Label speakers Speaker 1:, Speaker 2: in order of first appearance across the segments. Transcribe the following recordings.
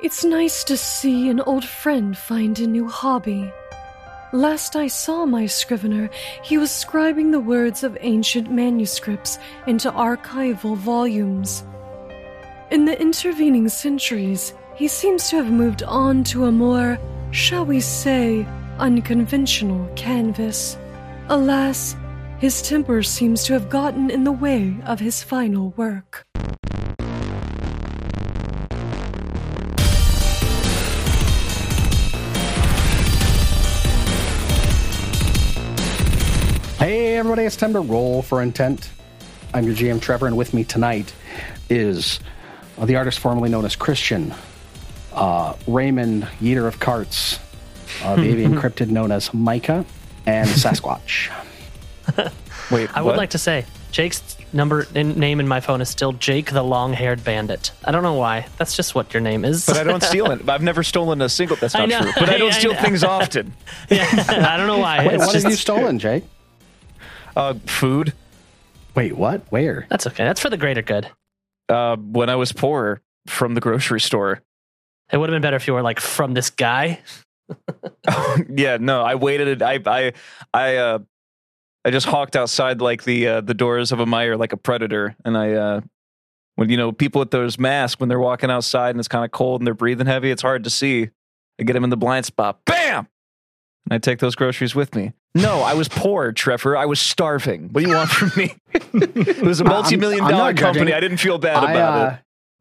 Speaker 1: It's nice to see an old friend find a new hobby. Last I saw my scrivener, he was scribing the words of ancient manuscripts into archival volumes. In the intervening centuries, he seems to have moved on to a more, shall we say, unconventional canvas. Alas, his temper seems to have gotten in the way of his final work.
Speaker 2: Hey, everybody, it's time to roll for intent. I'm your GM Trevor, and with me tonight is uh, the artist formerly known as Christian, uh, Raymond Yeater of Carts, uh, the avian cryptid known as Micah, and Sasquatch.
Speaker 3: Wait,
Speaker 4: I would like to say Jake's number and name in my phone is still Jake the Long-Haired Bandit. I don't know why. That's just what your name is.
Speaker 3: But I don't steal it. I've never stolen a single. That's
Speaker 4: I
Speaker 3: not
Speaker 4: know.
Speaker 3: true. But I don't
Speaker 4: I
Speaker 3: steal
Speaker 4: know.
Speaker 3: things often.
Speaker 4: yeah, I don't know why.
Speaker 2: Wait,
Speaker 4: It's
Speaker 2: what
Speaker 4: just-
Speaker 2: have you stolen, Jake?
Speaker 3: Uh, food.
Speaker 2: Wait, what? Where?
Speaker 4: that's okay. That's for the greater good.
Speaker 3: Uh, when I was poor, from the grocery store.
Speaker 4: It would have been better if you were like from this guy.
Speaker 3: yeah, no, I waited. I, I, I, uh, I just hawked outside like the uh, the doors of a mire like a predator, and I, uh, when you know people with those masks when they're walking outside and it's kind of cold and they're breathing heavy, it's hard to see. I get them in the blind spot, bam, and I take those groceries with me. No, I was poor, Trevor. I was starving. What do you want from me? it was a
Speaker 2: I'm-
Speaker 3: multi-million
Speaker 2: I'm
Speaker 3: dollar
Speaker 2: not
Speaker 3: company.
Speaker 2: judging.
Speaker 3: I didn't feel bad
Speaker 2: I,
Speaker 3: about
Speaker 2: uh,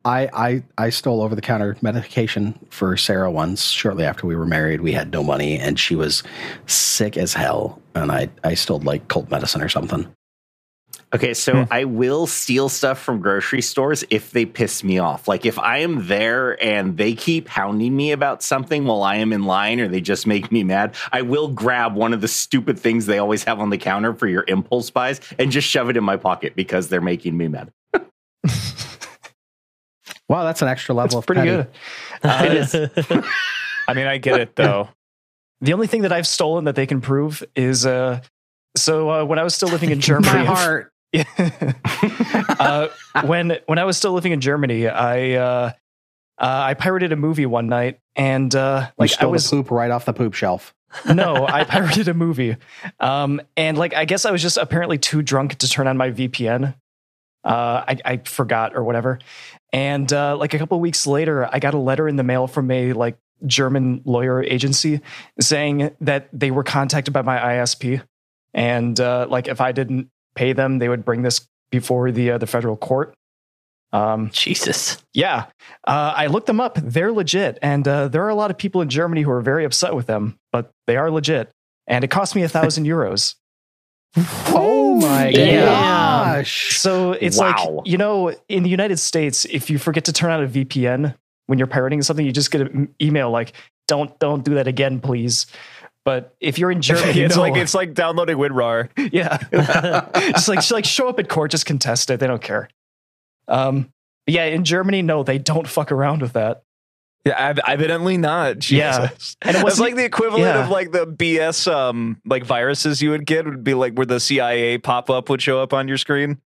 Speaker 2: I, I, I stole over the counter medication for Sarah once. Shortly after we were married, we had no money, and she was sick as hell. And I, I stole like cold medicine or something.
Speaker 5: Okay, so
Speaker 4: Hmm.
Speaker 5: I will steal stuff from grocery stores if they piss me off. Like if I am there and they keep hounding me about something while I am in line or they just make me mad, I will grab one of the stupid things they always have on the counter for your impulse buys and just shove it in my pocket because they're making me mad.
Speaker 2: Wow, that's an extra level of
Speaker 3: it. Pretty
Speaker 2: petty.
Speaker 3: good.
Speaker 6: Uh, I mean, I get it though. the only thing that I've stolen that they can prove is uh, so uh, when I was still living in Germany,
Speaker 2: My heart.
Speaker 6: uh, when when I was still living in Germany, I uh, uh, I pirated a movie one night and uh,
Speaker 2: Like
Speaker 6: like
Speaker 2: you stole
Speaker 6: I was
Speaker 2: the poop right off the poop shelf.
Speaker 6: no, I pirated a movie. Um, and like, I guess I was just apparently too drunk to turn on my VPN. Uh, I, I forgot or whatever. And uh, like a couple weeks later, I got a letter in the mail from a like German lawyer agency saying that they were contacted by my ISP, and uh, like if I didn't pay them, they would bring this before the uh, the federal court. Um,
Speaker 4: Jesus.
Speaker 6: yeah, uh, I looked them up. They're legit, and uh, there are a lot of people in Germany who are very upset with them, but they are legit. And it cost me a thousand euros.
Speaker 2: Oh my
Speaker 4: Damn.
Speaker 2: gosh!
Speaker 6: So it's
Speaker 5: Wow.
Speaker 6: like you know, in the United States, if you forget to turn on a VPN when you're pirating something, you just get an email like, "Don't don't do that again, please." But if you're in Germany,
Speaker 3: it's
Speaker 6: no.
Speaker 3: like it's like downloading WinRAR.
Speaker 6: yeah, just like like show up at court, just contest it. They don't care. Um, but yeah, in Germany, no, they don't fuck around with that.
Speaker 3: Yeah, ev- evidently not. Jesus.
Speaker 6: Yeah. And it
Speaker 3: it's
Speaker 6: wasn't-
Speaker 3: like the equivalent
Speaker 6: yeah.
Speaker 3: of like the BS um like viruses you would get would be like where the CIA pop up would show up on your screen.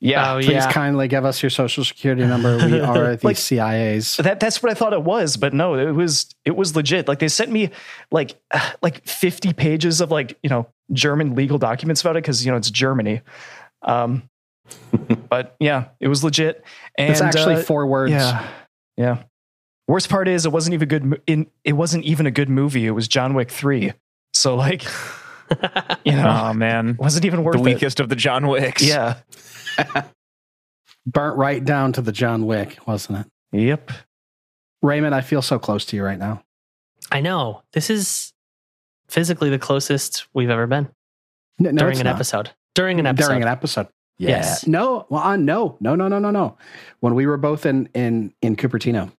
Speaker 6: Yeah,
Speaker 4: Oh,
Speaker 2: Please
Speaker 4: yeah.
Speaker 2: kindly give us your social security number. We are the
Speaker 6: Like-
Speaker 2: CIA's.
Speaker 6: That that's what I thought it was, but no, it was it was legit. Like they sent me like like fifty pages of like you know German legal documents about it because you know it's Germany. Um, but yeah, it was legit. And
Speaker 2: It's actually
Speaker 6: uh,
Speaker 2: four words.
Speaker 6: yeah, yeah. Worst part is it wasn't even good. mo- In it wasn't even a good movie. It was John Wick three. So like, you know,
Speaker 3: Oh man.
Speaker 6: it wasn't even worth
Speaker 3: The weakest of the John Wicks.
Speaker 6: it. Yeah.
Speaker 2: Burnt right down to the John Wick, wasn't it?
Speaker 6: Yep.
Speaker 2: Raymond, I feel so close to you right now.
Speaker 4: I know. This is physically the closest we've ever been
Speaker 2: N- no,
Speaker 4: during
Speaker 2: it's
Speaker 4: an
Speaker 2: not.
Speaker 4: episode. During an episode.
Speaker 2: During an episode. Yeah.
Speaker 4: Yes.
Speaker 2: No. Well, uh, no. No. No. No. No. No. When we were both in in in Cupertino,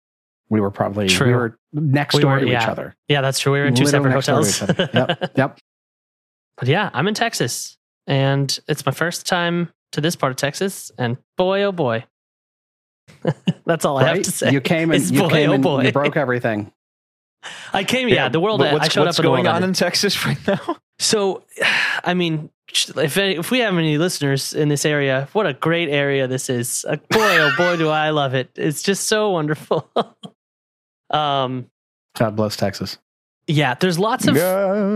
Speaker 2: we were probably we
Speaker 4: True.
Speaker 2: were next
Speaker 4: We
Speaker 2: door
Speaker 4: were-
Speaker 2: to each
Speaker 4: yeah.
Speaker 2: other.
Speaker 4: yeah, that's true. We were in two
Speaker 2: Literally
Speaker 4: separate
Speaker 2: next door to
Speaker 4: hotels.
Speaker 2: each other. Yep. Yep.
Speaker 4: But yeah, I'm in Texas, and it's my first time to this part of Texas, and boy, oh boy, that's all I have
Speaker 2: Right?
Speaker 4: to say.
Speaker 2: You came and
Speaker 4: It's
Speaker 2: you
Speaker 4: boy,
Speaker 2: came
Speaker 4: oh
Speaker 2: and
Speaker 4: boy.
Speaker 2: you broke everything.
Speaker 4: I came, yeah, the world.
Speaker 3: But
Speaker 4: I
Speaker 3: What's,
Speaker 4: showed
Speaker 3: what's
Speaker 4: up. in the
Speaker 3: going
Speaker 4: world I
Speaker 3: on
Speaker 4: did.
Speaker 3: in Texas right now?
Speaker 4: So, I mean, if if we have any listeners in this area, what a great area this is! Uh, boy, oh boy, do I love it! It's just so wonderful. Um,
Speaker 2: God bless Texas.
Speaker 4: yeah, there's lots of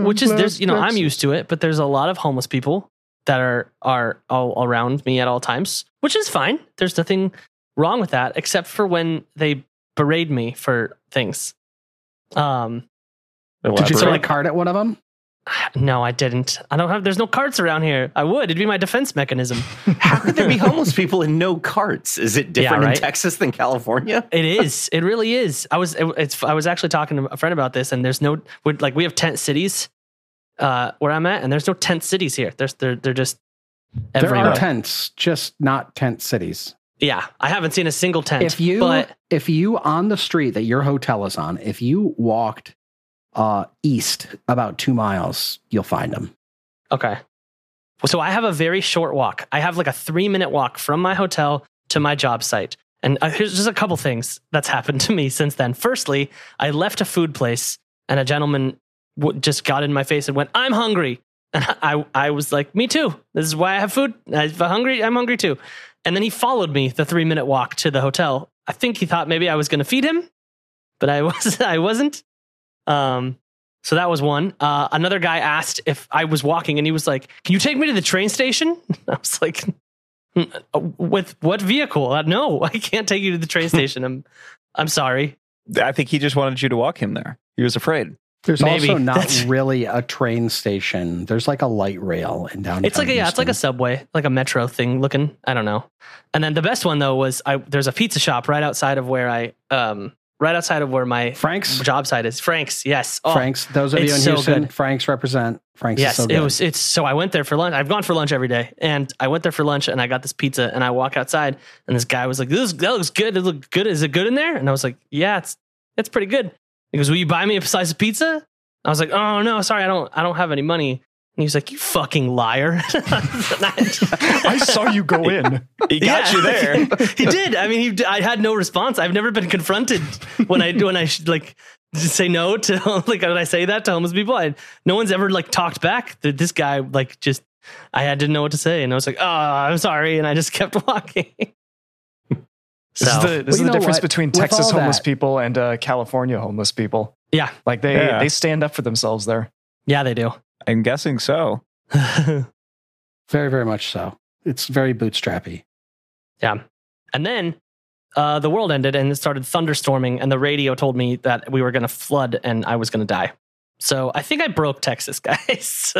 Speaker 4: which is there's you know I'm used to it, but there's a lot of homeless people that are are all around me at all times, which is fine. There's nothing wrong with that, except for when they berate me for things. Um,
Speaker 2: Did you
Speaker 3: Elaborate.
Speaker 4: so
Speaker 2: throw a
Speaker 4: like-
Speaker 2: card at one of them?
Speaker 4: no, I didn't. I don't have. There's no carts around here. I would. It'd be my defense mechanism.
Speaker 5: How could there be homeless people and no carts? Is it
Speaker 4: Yeah,
Speaker 5: different
Speaker 4: right?
Speaker 5: in Texas than California?
Speaker 4: It is. It really is. I was. It, it's. I was actually talking to a friend about this, and there's no. We're, like we have tent cities, uh, where I'm at, and there's no tent cities here. There's. They're. They're just. Everywhere.
Speaker 2: There are tents, just not tent cities.
Speaker 4: yeah, I haven't seen a single tent.
Speaker 2: If you
Speaker 4: but
Speaker 2: if you on the street that your hotel is on, if you walked uh, east about two miles, you'll find them.
Speaker 4: okay. So I have a very short walk. I have like a three minute walk from my hotel to my job site. And uh, here's just a couple things that's happened to me since then. Firstly, I left a food place, and a gentleman w- just got in my face and went, "I'm hungry." And I, I was like, "Me too. This is why I have food. If I'm hungry, I'm hungry too." And then he followed me the three minute walk to the hotel. I think he thought maybe I was going to feed him, but I was I wasn't. Um, so that was one. Uh, another guy asked if I was walking, and he was like, "Can you take me to the train station?" I was like, "Mm, "With what vehicle? Uh, no, I can't take you to the train station. I'm, I'm sorry.
Speaker 3: I think he just wanted you to walk him there. He was afraid.
Speaker 2: There's
Speaker 4: Maybe.
Speaker 2: also not
Speaker 4: That's-
Speaker 2: really a train station. There's like a light rail in downtown.
Speaker 4: It's like a, yeah, it's like a
Speaker 2: Houston.
Speaker 4: subway, like a metro thing looking. I don't know. And then the best one though was I there's a pizza shop right outside of where I um right outside of where my
Speaker 2: Frank's.
Speaker 4: job site is. Frank's, yes. Oh,
Speaker 2: Frank's. Those of you
Speaker 4: it's
Speaker 2: in
Speaker 4: so
Speaker 2: Houston,
Speaker 4: good.
Speaker 2: Frank's represent. Frank's
Speaker 4: yes,
Speaker 2: is so good.
Speaker 4: it was. It's so I went there for lunch. I've gone for lunch every day, and I went there for lunch, and I got this pizza, and I walk outside, and this guy was like, "This that looks good. It looks good. Is it good in there?" And I was like, "Yeah, it's it's pretty good." He goes, "Will you buy me a slice of pizza?" I was like, "Oh no, sorry, I don't I don't have any money." And he was like, "You fucking liar!" And I-
Speaker 6: I saw you go in.
Speaker 3: He
Speaker 4: Yeah.
Speaker 3: got you there.
Speaker 4: he did. I mean, he. d- I had no response. I've never been confronted when I when I should like just say no to like when I say that to homeless people. I no one's ever like talked back. Th- This guy like just I had- didn't know what to say, and I was like, oh, I'm sorry, and I just kept walking. so
Speaker 6: This is the, this
Speaker 2: you
Speaker 6: is
Speaker 2: know
Speaker 6: the difference
Speaker 2: what?
Speaker 6: between
Speaker 2: With
Speaker 6: Texas
Speaker 2: all
Speaker 6: homeless
Speaker 2: that-
Speaker 6: people and uh, California homeless people.
Speaker 4: yeah,
Speaker 6: Like they
Speaker 3: Yeah.
Speaker 6: they stand up for themselves there.
Speaker 4: yeah, they do.
Speaker 3: I'm guessing so.
Speaker 2: Very, very much so. It's very bootstrappy.
Speaker 4: and then uh, the world ended, and it started thunderstorming, and the radio told me that we were going to flood, and I was going to die. So I think I broke Texas, guys.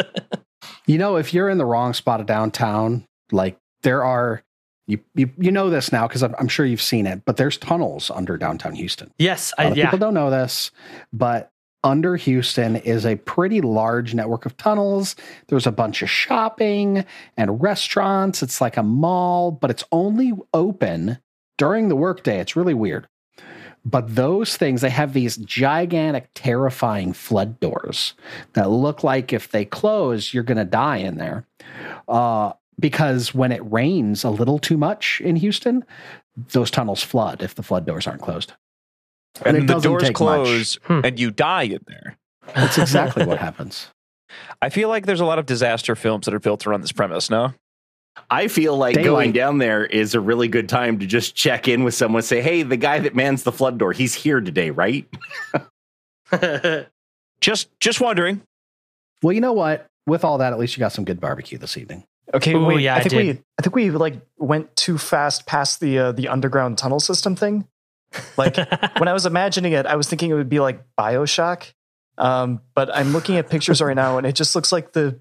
Speaker 2: You know, if you're in the wrong spot of downtown, like there are, you you, you know this now because I'm, I'm sure you've seen it, but there's tunnels under downtown Houston.
Speaker 4: yes,
Speaker 2: A
Speaker 4: I,
Speaker 2: lot of
Speaker 4: yeah.
Speaker 2: people don't know this, but under Houston is a pretty large network of tunnels. There's a bunch of shopping and restaurants. It's like a mall, but it's only open during the workday. It's really weird. But those things, they have these gigantic, terrifying flood doors that look like if they close, you're going to die in there. Uh, because when it rains a little too much in Houston, those tunnels flood if the flood doors aren't closed. And
Speaker 3: And,
Speaker 2: it
Speaker 3: the
Speaker 2: doesn't
Speaker 3: doors
Speaker 2: take much.
Speaker 3: close
Speaker 4: Hmm.
Speaker 3: and you die in there.
Speaker 2: That's exactly what happens.
Speaker 3: I feel like there's a lot of disaster films that are built around this premise, no?
Speaker 5: I feel like
Speaker 2: Daily.
Speaker 5: going down there is a really good time to just check in with someone, say, hey, the guy that mans the flood door, he's here today, right?
Speaker 3: Just just wondering.
Speaker 2: Well, you know what? With all that, at least you got some good barbecue this evening.
Speaker 6: Okay,
Speaker 4: Ooh,
Speaker 6: wait,
Speaker 4: yeah,
Speaker 6: I
Speaker 4: I
Speaker 6: think
Speaker 4: did.
Speaker 6: we I think we like went too fast past the uh, the underground tunnel system thing. Like when I was imagining it, I was thinking it would be like Bioshock. Um, but I'm looking at pictures right now, and it just looks like the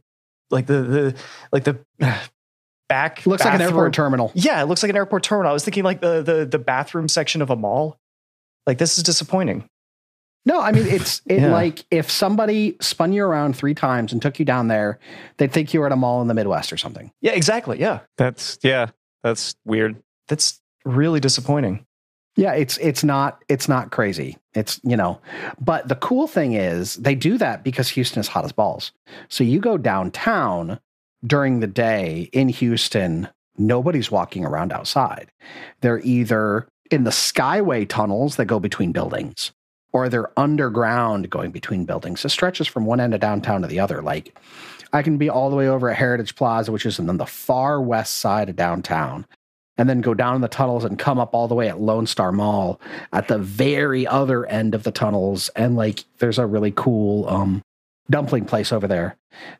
Speaker 6: like the the like the back
Speaker 2: Looks like an
Speaker 6: bathroom-
Speaker 2: airport terminal.
Speaker 6: Yeah, it looks like an airport terminal. I was thinking like the the the bathroom section of a mall. Like this is disappointing.
Speaker 2: No, I mean it's it
Speaker 6: Yeah.
Speaker 2: like if somebody spun you around three times and took you down there, they'd think you were at a mall in the Midwest or something.
Speaker 6: Yeah, exactly. Yeah,
Speaker 3: That's yeah, that's weird.
Speaker 6: that's really disappointing.
Speaker 2: Yeah, it's it's not it's not crazy. It's you know, but the cool thing is they do that because Houston is hot as balls. So you go downtown during the day in Houston, nobody's walking around outside. They're either in the skyway tunnels that go between buildings or they're underground going between buildings. It stretches from one end of downtown to the other. Like I can be all the way over at Heritage Plaza, which is on the far west side of downtown. and then go down the tunnels and come up all the way at Lone Star Mall at the very other end of the tunnels. And like, there's a really cool um, dumpling place over there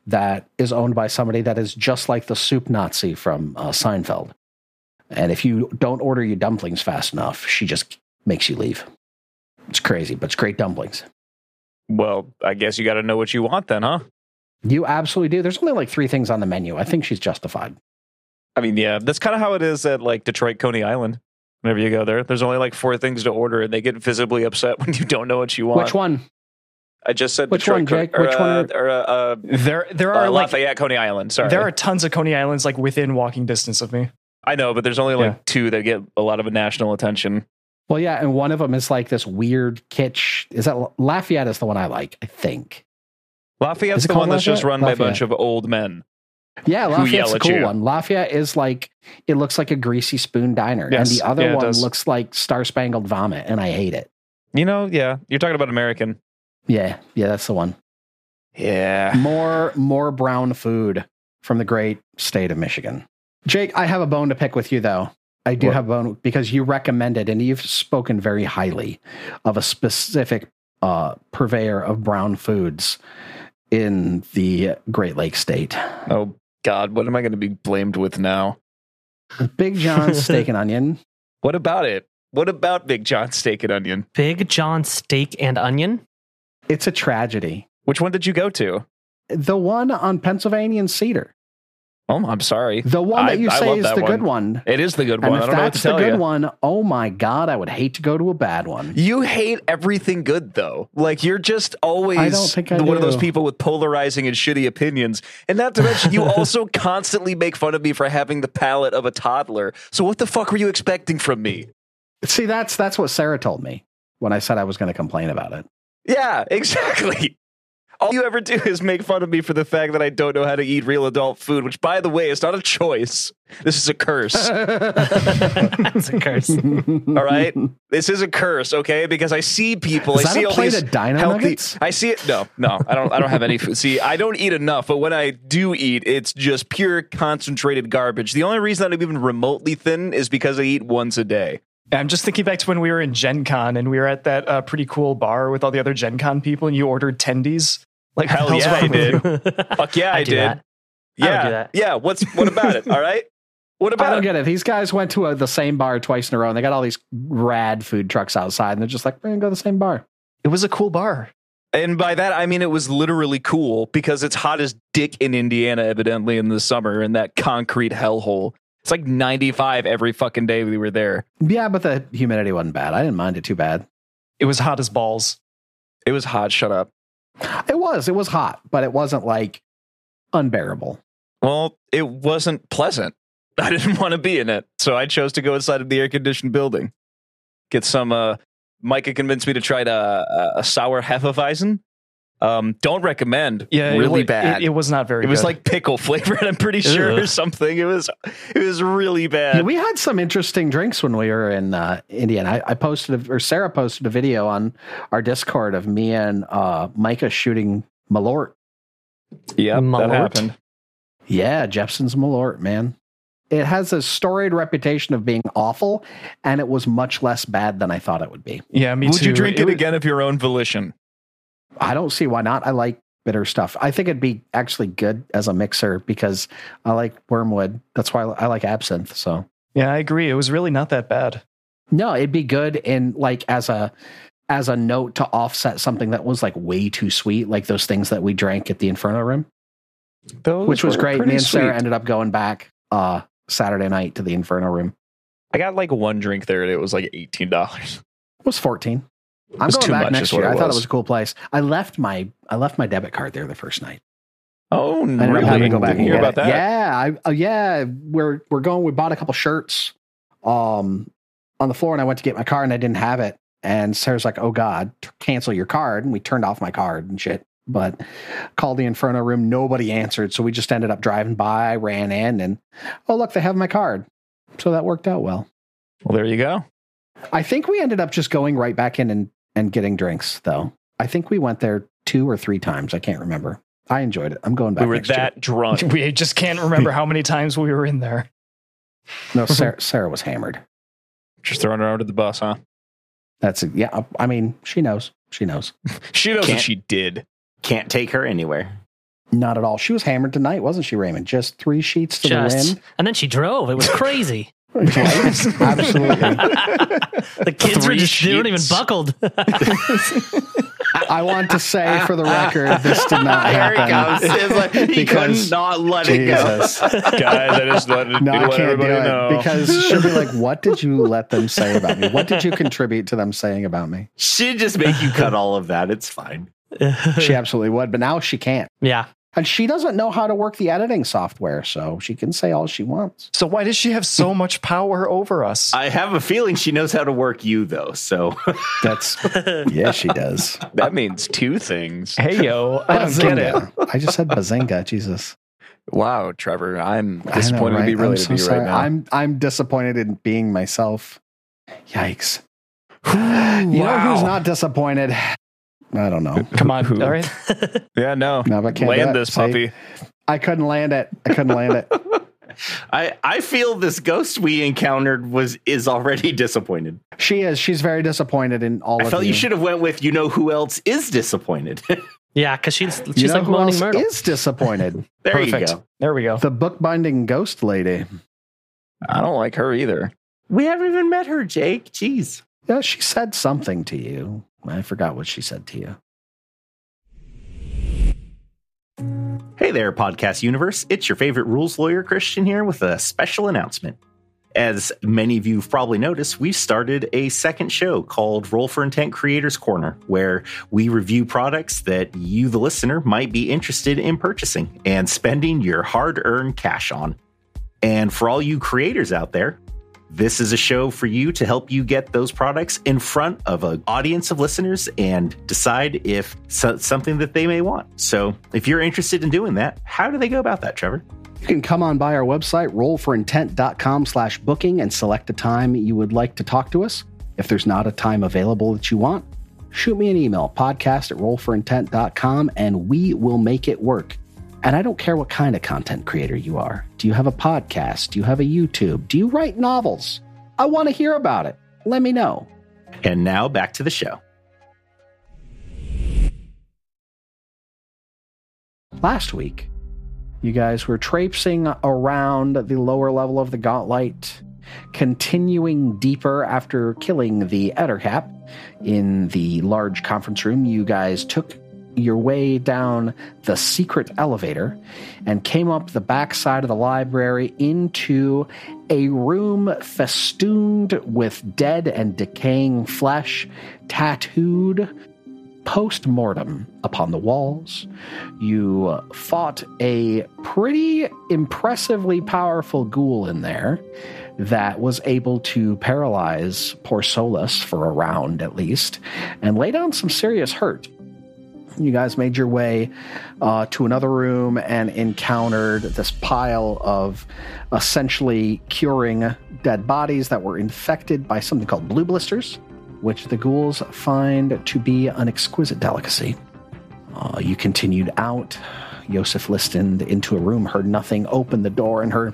Speaker 2: that is owned by somebody that is just like the soup Nazi from uh, Seinfeld. And if you don't order your dumplings fast enough, she just makes you leave. It's crazy, but it's great dumplings.
Speaker 3: Well, I guess you got to know what you want then, huh?
Speaker 2: You absolutely do. There's only like three things on the menu. I think she's justified.
Speaker 3: I mean, yeah, that's kind of how it is at like Detroit Coney Island. Whenever you go there, there's only like four things to order, and they get visibly upset when you don't know what you want.
Speaker 2: Which one?
Speaker 3: I just said
Speaker 2: Which
Speaker 3: Detroit
Speaker 2: one, Jake?
Speaker 3: Or,
Speaker 2: Which one are-
Speaker 3: uh, or, uh, uh,
Speaker 6: There, there
Speaker 3: uh,
Speaker 6: are like
Speaker 3: Lafayette Coney Island. Sorry,
Speaker 6: there are tons of Coney Islands like within walking distance of me.
Speaker 3: I know, but there's only like
Speaker 6: Yeah.
Speaker 3: two that get a lot of national attention.
Speaker 2: Well, yeah, and one of them is like this weird kitsch. Is that Lafayette is the one I like, I think.
Speaker 3: Lafayette's
Speaker 2: Is it
Speaker 3: the
Speaker 2: called
Speaker 3: one that's just
Speaker 2: Lafayette?
Speaker 3: run by a bunch of old men.
Speaker 2: Yeah,
Speaker 3: Who
Speaker 2: Lafayette's
Speaker 3: yell
Speaker 2: a
Speaker 3: at
Speaker 2: cool
Speaker 3: you.
Speaker 2: one. Lafayette is like it looks like a greasy spoon diner,
Speaker 6: Yes.
Speaker 2: and the other
Speaker 6: Yeah, it
Speaker 2: one
Speaker 6: does.
Speaker 2: looks like star spangled vomit, and I hate it.
Speaker 3: You know, yeah, you're talking about American.
Speaker 2: Yeah, yeah, that's the one.
Speaker 3: Yeah,
Speaker 2: More more brown food from the great state of Michigan. Jake, I have a bone to pick with you though. I do
Speaker 3: What?
Speaker 2: have a bone because you recommended and you've spoken very highly of a specific uh, purveyor of brown foods in the Great Lakes state.
Speaker 3: Oh God, what am I going to be blamed with now?
Speaker 2: Big John's steak and onion.
Speaker 3: What about it? What about Big John's steak and onion?
Speaker 4: Big John steak and onion.
Speaker 2: It's a tragedy.
Speaker 3: Which one did you go to?
Speaker 2: The one on Pennsylvania and Cedar.
Speaker 3: Oh, I'm sorry.
Speaker 2: The one
Speaker 3: I-
Speaker 2: that you
Speaker 3: I
Speaker 2: say
Speaker 3: love
Speaker 2: is
Speaker 3: that
Speaker 2: the
Speaker 3: one.
Speaker 2: good one.
Speaker 3: It is the good
Speaker 2: And
Speaker 3: one. I
Speaker 2: if
Speaker 3: don't know what to
Speaker 2: that's the
Speaker 3: tell
Speaker 2: good
Speaker 3: you.
Speaker 2: one, oh my God, I would hate to go to a bad one.
Speaker 3: You hate everything good though. Like you're just always
Speaker 2: I don't think I
Speaker 3: one of those
Speaker 2: do.
Speaker 3: people with polarizing and shitty opinions. And not to mention you also constantly make fun of me for having the palate of a toddler. So what the fuck were you expecting from me?
Speaker 2: See, that's that's what Sarah told me when I said I was going to complain about it.
Speaker 3: Yeah, exactly. All you ever do is make fun of me for the fact that I don't know how to eat real adult food, which by the way is not a choice. This is a curse.
Speaker 4: That's a curse.
Speaker 3: All right, this is a curse, okay? Because I see people.
Speaker 2: Is
Speaker 3: I
Speaker 2: that
Speaker 3: see
Speaker 2: a
Speaker 3: all
Speaker 2: plate
Speaker 3: these
Speaker 2: of Dino
Speaker 3: healthy.
Speaker 2: Nuggets?
Speaker 3: I see it. No, no, I don't. I don't have any food. See, I don't eat enough. But when I do eat, it's just pure concentrated garbage. The only reason that I'm even remotely thin is because I eat once a day.
Speaker 6: I'm just thinking back to when we were in Gen Con and we were at that uh, pretty cool bar with all the other Gen Con people and you ordered tendies. Like, what
Speaker 3: Hell
Speaker 6: the hell's
Speaker 3: yeah, I
Speaker 6: wrong with you?
Speaker 3: did. Fuck yeah, I,
Speaker 4: do
Speaker 3: did.
Speaker 4: that. I
Speaker 3: Yeah,
Speaker 4: would do that.
Speaker 3: yeah. What's what about it? All right, what
Speaker 2: I
Speaker 3: about
Speaker 2: don't
Speaker 3: it?
Speaker 2: get it. These guys went to a, the same bar twice in a row, and they got all these rad food trucks outside, and they're just like, "We're gonna go to the same bar."
Speaker 6: It was a cool bar.
Speaker 3: And by that I mean it was literally cool because it's hot as dick in Indiana, evidently in the summer in that concrete hellhole. It's like 95 every fucking day we were there.
Speaker 2: Yeah, but the humidity wasn't bad. I didn't mind it too bad.
Speaker 6: It was hot as balls.
Speaker 3: It was hot. Shut up.
Speaker 2: It was, it was hot, but it wasn't like unbearable.
Speaker 3: Well, it wasn't pleasant. I didn't want to be in it, so I chose to go inside of the air conditioned building. Get some. Uh, Micah convinced me to try to, uh, a sour hefeweizen. Um, don't recommend.
Speaker 6: Yeah, it wa-
Speaker 3: really
Speaker 6: it,
Speaker 3: bad.
Speaker 6: It, was not very.
Speaker 3: It was
Speaker 6: good.
Speaker 3: like pickle flavored. I'm pretty sure or
Speaker 4: Ugh.
Speaker 3: something. It was. It was really
Speaker 2: Yeah,
Speaker 3: bad.
Speaker 2: we had some interesting drinks when we were in uh, Indiana. I, I posted, a, or Sarah posted a video on our Discord of me and uh, Micah shooting Malort.
Speaker 3: Yeah,
Speaker 4: Malort.
Speaker 2: Yeah, Jepson's Malort, man. It has a storied reputation of being awful, and it was much less bad than I thought it would be.
Speaker 6: yeah, me
Speaker 3: Would
Speaker 6: too.
Speaker 3: you drink it,
Speaker 6: was-
Speaker 3: again of your own volition?
Speaker 2: I don't see why not. I like bitter stuff. I think it'd be actually good as a mixer because I like wormwood. That's why I like absinthe. So
Speaker 6: Yeah, I agree. It was really not that bad.
Speaker 2: no, it'd be good in like as a as a note to offset something that was like way too sweet, like those things that we drank at the Inferno Room,
Speaker 3: Those
Speaker 2: which was
Speaker 3: were
Speaker 2: great.
Speaker 3: pretty
Speaker 2: Me and Sarah
Speaker 3: sweet.
Speaker 2: ended up going back uh Saturday night to the Inferno Room.
Speaker 3: I got like one drink there, and it was like eighteen dollars.
Speaker 2: It was fourteen. I'm
Speaker 3: was
Speaker 2: going
Speaker 3: too
Speaker 2: back
Speaker 3: much is
Speaker 2: next
Speaker 3: what
Speaker 2: year.
Speaker 3: it
Speaker 2: I thought
Speaker 3: was.
Speaker 2: it was a cool place. I left my I left my debit card there the first night.
Speaker 3: Oh,
Speaker 2: I ended
Speaker 3: really?
Speaker 2: up having to go back and
Speaker 3: hear
Speaker 2: get
Speaker 3: about
Speaker 2: it.
Speaker 3: that?
Speaker 2: Yeah, I, uh, yeah, we're we're going. We bought a couple shirts, um, on the floor, and I went to get my card, and I didn't have it. And Sarah's like, "Oh God, t- cancel your card," and we turned off my card and shit. But called the Inferno room, nobody answered, so we just ended up driving by, ran in, and oh look, they have my card. So that worked out well.
Speaker 3: Well, there you go.
Speaker 2: I think we ended up just going right back in and and getting drinks though. I think we went there two or three times. I can't remember. I enjoyed it. I'm going back.
Speaker 3: We were
Speaker 2: next year.
Speaker 3: that drunk.
Speaker 6: We just can't remember how many times we were in there.
Speaker 2: No, Sarah, Sarah was hammered.
Speaker 3: Just throwing her under the bus, huh?
Speaker 2: That's yeah. I- I mean, she knows. She knows.
Speaker 3: She knows
Speaker 5: Can't-
Speaker 3: what she did.
Speaker 5: Can't take her anywhere.
Speaker 2: Not at all. She was hammered tonight, wasn't she, Raymond? Just three sheets to
Speaker 4: Just
Speaker 2: the
Speaker 4: and then she drove. It was crazy.
Speaker 2: wind. Absolutely.
Speaker 4: the kids were
Speaker 3: Three
Speaker 4: just they weren't even
Speaker 3: sheets.
Speaker 4: buckled.
Speaker 2: I want to say for the record, this did not
Speaker 5: There he
Speaker 2: happen.
Speaker 5: goes. It's like, he
Speaker 2: Because-
Speaker 5: could not let it go.
Speaker 2: Jesus.
Speaker 3: Guys, I just let,
Speaker 2: No, I
Speaker 3: let
Speaker 2: can't do
Speaker 3: everybody
Speaker 2: it
Speaker 3: know.
Speaker 2: because she'll be like, "What did you let them say about me? What did you contribute to them saying about me?"
Speaker 5: Should just make you cut all of that. It's fine.
Speaker 2: She absolutely would, but now she can't,
Speaker 4: yeah.
Speaker 2: and she doesn't know how to work the editing software, so she can say all she wants.
Speaker 6: So why does she have so much power over us?
Speaker 5: I have a feeling she knows how to work you though. So
Speaker 2: That's yeah, she does.
Speaker 3: that means two things.
Speaker 6: hey yo, I don't get it.
Speaker 2: Bazinga. I just said bazinga. Jesus,
Speaker 3: Wow, Trevor, I'm
Speaker 2: I know,
Speaker 3: disappointed to be
Speaker 2: right?
Speaker 3: related
Speaker 2: I'm so
Speaker 3: to you
Speaker 2: sorry.
Speaker 3: right now.
Speaker 2: I'm I'm disappointed in being myself. Yikes. You know who's not disappointed? I don't know.
Speaker 6: Come on, all right.
Speaker 3: yeah, no.
Speaker 2: No, but can't do
Speaker 3: Land
Speaker 2: it.
Speaker 3: this
Speaker 2: See?
Speaker 3: puppy.
Speaker 2: I couldn't land it. I couldn't land it.
Speaker 5: I I feel this ghost we encountered was is already disappointed.
Speaker 2: She is. She's very disappointed in all
Speaker 5: I
Speaker 2: of
Speaker 5: felt
Speaker 2: you.
Speaker 5: you should have went with you know who else is disappointed.
Speaker 4: Yeah, because she's she's
Speaker 2: You know
Speaker 4: like
Speaker 2: who
Speaker 4: moaning
Speaker 2: else
Speaker 4: Myrtle.
Speaker 2: is disappointed?
Speaker 5: there
Speaker 6: Perfect.
Speaker 5: you go.
Speaker 6: There we go.
Speaker 2: the bookbinding ghost lady.
Speaker 3: I don't like her either.
Speaker 5: We haven't even met her, Jake. Jeez.
Speaker 2: Yeah, she said something to you. I forgot what she said to you.
Speaker 5: Hey there, podcast universe. It's your favorite rules lawyer, Christian, here with a special announcement. As many of you have probably noticed, we've started a second show called Roll for Intent Creators Corner, where we review products that you, the listener, might be interested in purchasing and spending your hard earned cash on. And for all you creators out there, this is a show for you to help you get those products in front of an audience of listeners and decide if so- something that they may want. So, if you're interested in doing that, how do they go about that, Trevor?
Speaker 2: You can come on by our website, rollforintent.com slash booking, and select a time you would like to talk to us. If there's not a time available that you want, shoot me an email, podcast at rollforintent.com, and we will make it work. And I don't care what kind of content creator you are. Do you have a podcast? Do you have a YouTube? Do you write novels? I want to hear about it. Let me know.
Speaker 5: And now back to the show.
Speaker 2: last week. You guys were traipsing around the lower level of the gauntlet, continuing deeper after killing the Ettercap in the large conference room. You guys took your way down the secret elevator and came up the back side of the library into a room festooned with dead and decaying flesh, tattooed post mortem upon the walls. You uh, fought a pretty impressively powerful ghoul in there that was able to paralyze poor Solus for a round at least and lay down some serious hurt. You guys made your way uh, to another room and encountered this pile of essentially curing dead bodies that were infected by something called blue blisters which the ghouls find to be an exquisite delicacy. Uh, you continued out. Yosef listened into a room, heard nothing, opened the door, and heard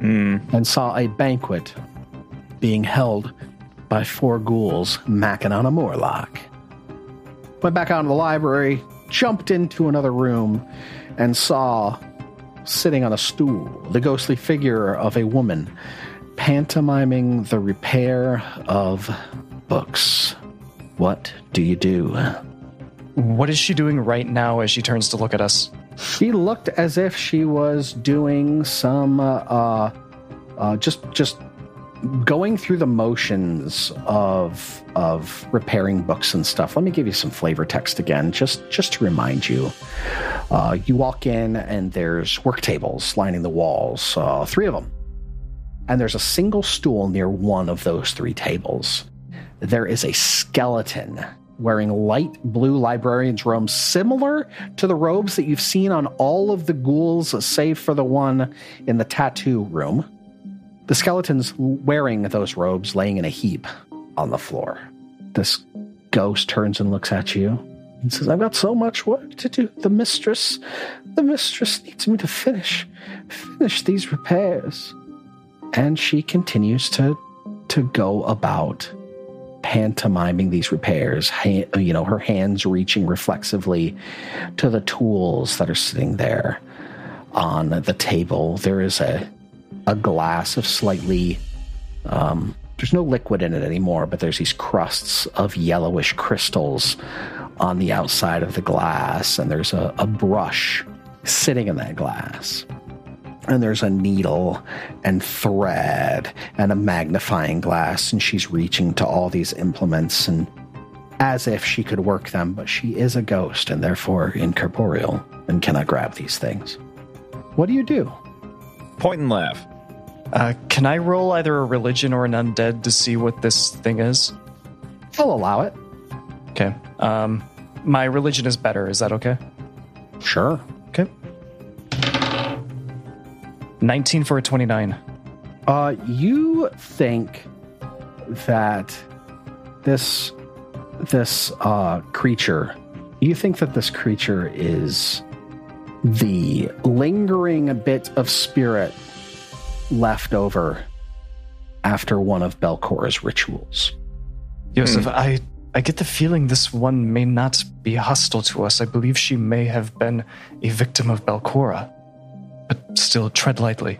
Speaker 2: and saw a banquet being held by four ghouls macking on a Morlock. Went back out to the library, jumped into another room, and saw sitting on a stool the ghostly figure of a woman pantomiming the repair of books. What do you do?
Speaker 6: What is she doing right now as she turns to look at us?
Speaker 2: She looked as if she was doing some uh, uh, uh, just just going through the motions of of repairing books and stuff. Let me give you some flavor text again, just just to remind you. Uh, you walk in and there's work tables lining the walls, uh, three of them, and there's a single stool near one of those three tables. There is a skeleton wearing light blue librarian's robe similar to the robes that you've seen on all of the ghouls save for the one in the tattoo room. The skeleton's wearing those robes laying in a heap on the floor. This ghost turns and looks at you. He says, I've got so much work to do. The mistress, the mistress needs me to finish, finish these repairs. And she continues to, to go about pantomiming these repairs, ha- you know, her hands reaching reflexively to the tools that are sitting there on the table. There is a, a glass of slightly um, there's no liquid in it anymore, but there's these crusts of yellowish crystals on the outside of the glass, and there's a, a brush sitting in that glass. And there's a needle and thread and a magnifying glass, and she's reaching to all these implements and as if she could work them, but she is a ghost and therefore incorporeal and cannot grab these things. What do you do?
Speaker 3: Point and laugh.
Speaker 6: Uh, can I roll either a religion or an undead to see what this thing is?
Speaker 2: I'll allow it.
Speaker 6: Okay. Um, my religion is better. Is that okay?
Speaker 2: Sure.
Speaker 6: Okay. 19 for a 29.
Speaker 2: Uh, you think that this this uh, creature? You think that this creature is the lingering bit of spirit left over after one of Belcora's rituals?
Speaker 3: Hmm.
Speaker 6: Joseph, I, I get the feeling this one may not be hostile to us. I believe she may have been a victim of Belcora. But still, tread lightly.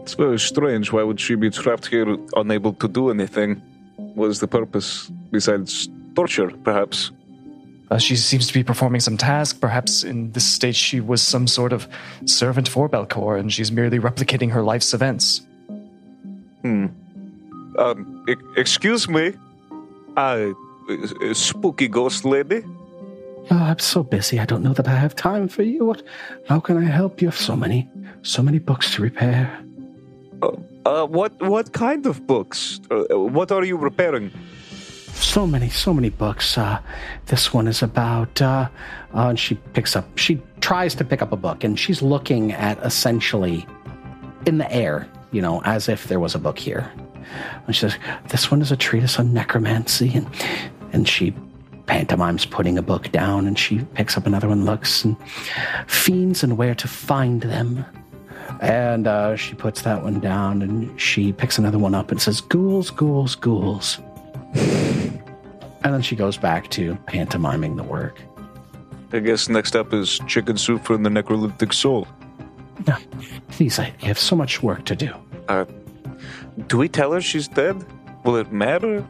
Speaker 7: It's very strange. Why would she be trapped here, unable to do anything? What is the purpose besides torture, perhaps?
Speaker 6: Uh, she seems to be performing some task. Perhaps in this stage, she was some sort of servant for Belcor, and she's merely replicating her life's events.
Speaker 7: Hmm. Um, e- excuse me, uh, uh, spooky ghost lady.
Speaker 2: Oh, I'm so busy. I don't know that I have time for you. What? How can I help you? I have so many, so many books to repair.
Speaker 7: Uh, what what kind of books? Uh, what are you repairing?
Speaker 2: So many, so many books. Uh, this one is about. Uh, uh, and she picks up. She tries to pick up a book, and she's looking at essentially in the air, you know, as if there was a book here. And she says, "This one is a treatise on necromancy," and and she pantomimes putting a book down, and she picks up another one, looks, and fiends and where to find them. And uh, she puts that one down, and she picks another one up and says, "Ghouls, ghouls, ghouls." And then she goes back to pantomiming the work.
Speaker 7: I guess next up is chicken soup for the necrolytic soul.
Speaker 2: No, please, I have so much work to do.
Speaker 7: Uh, do we tell her she's dead? Will it matter?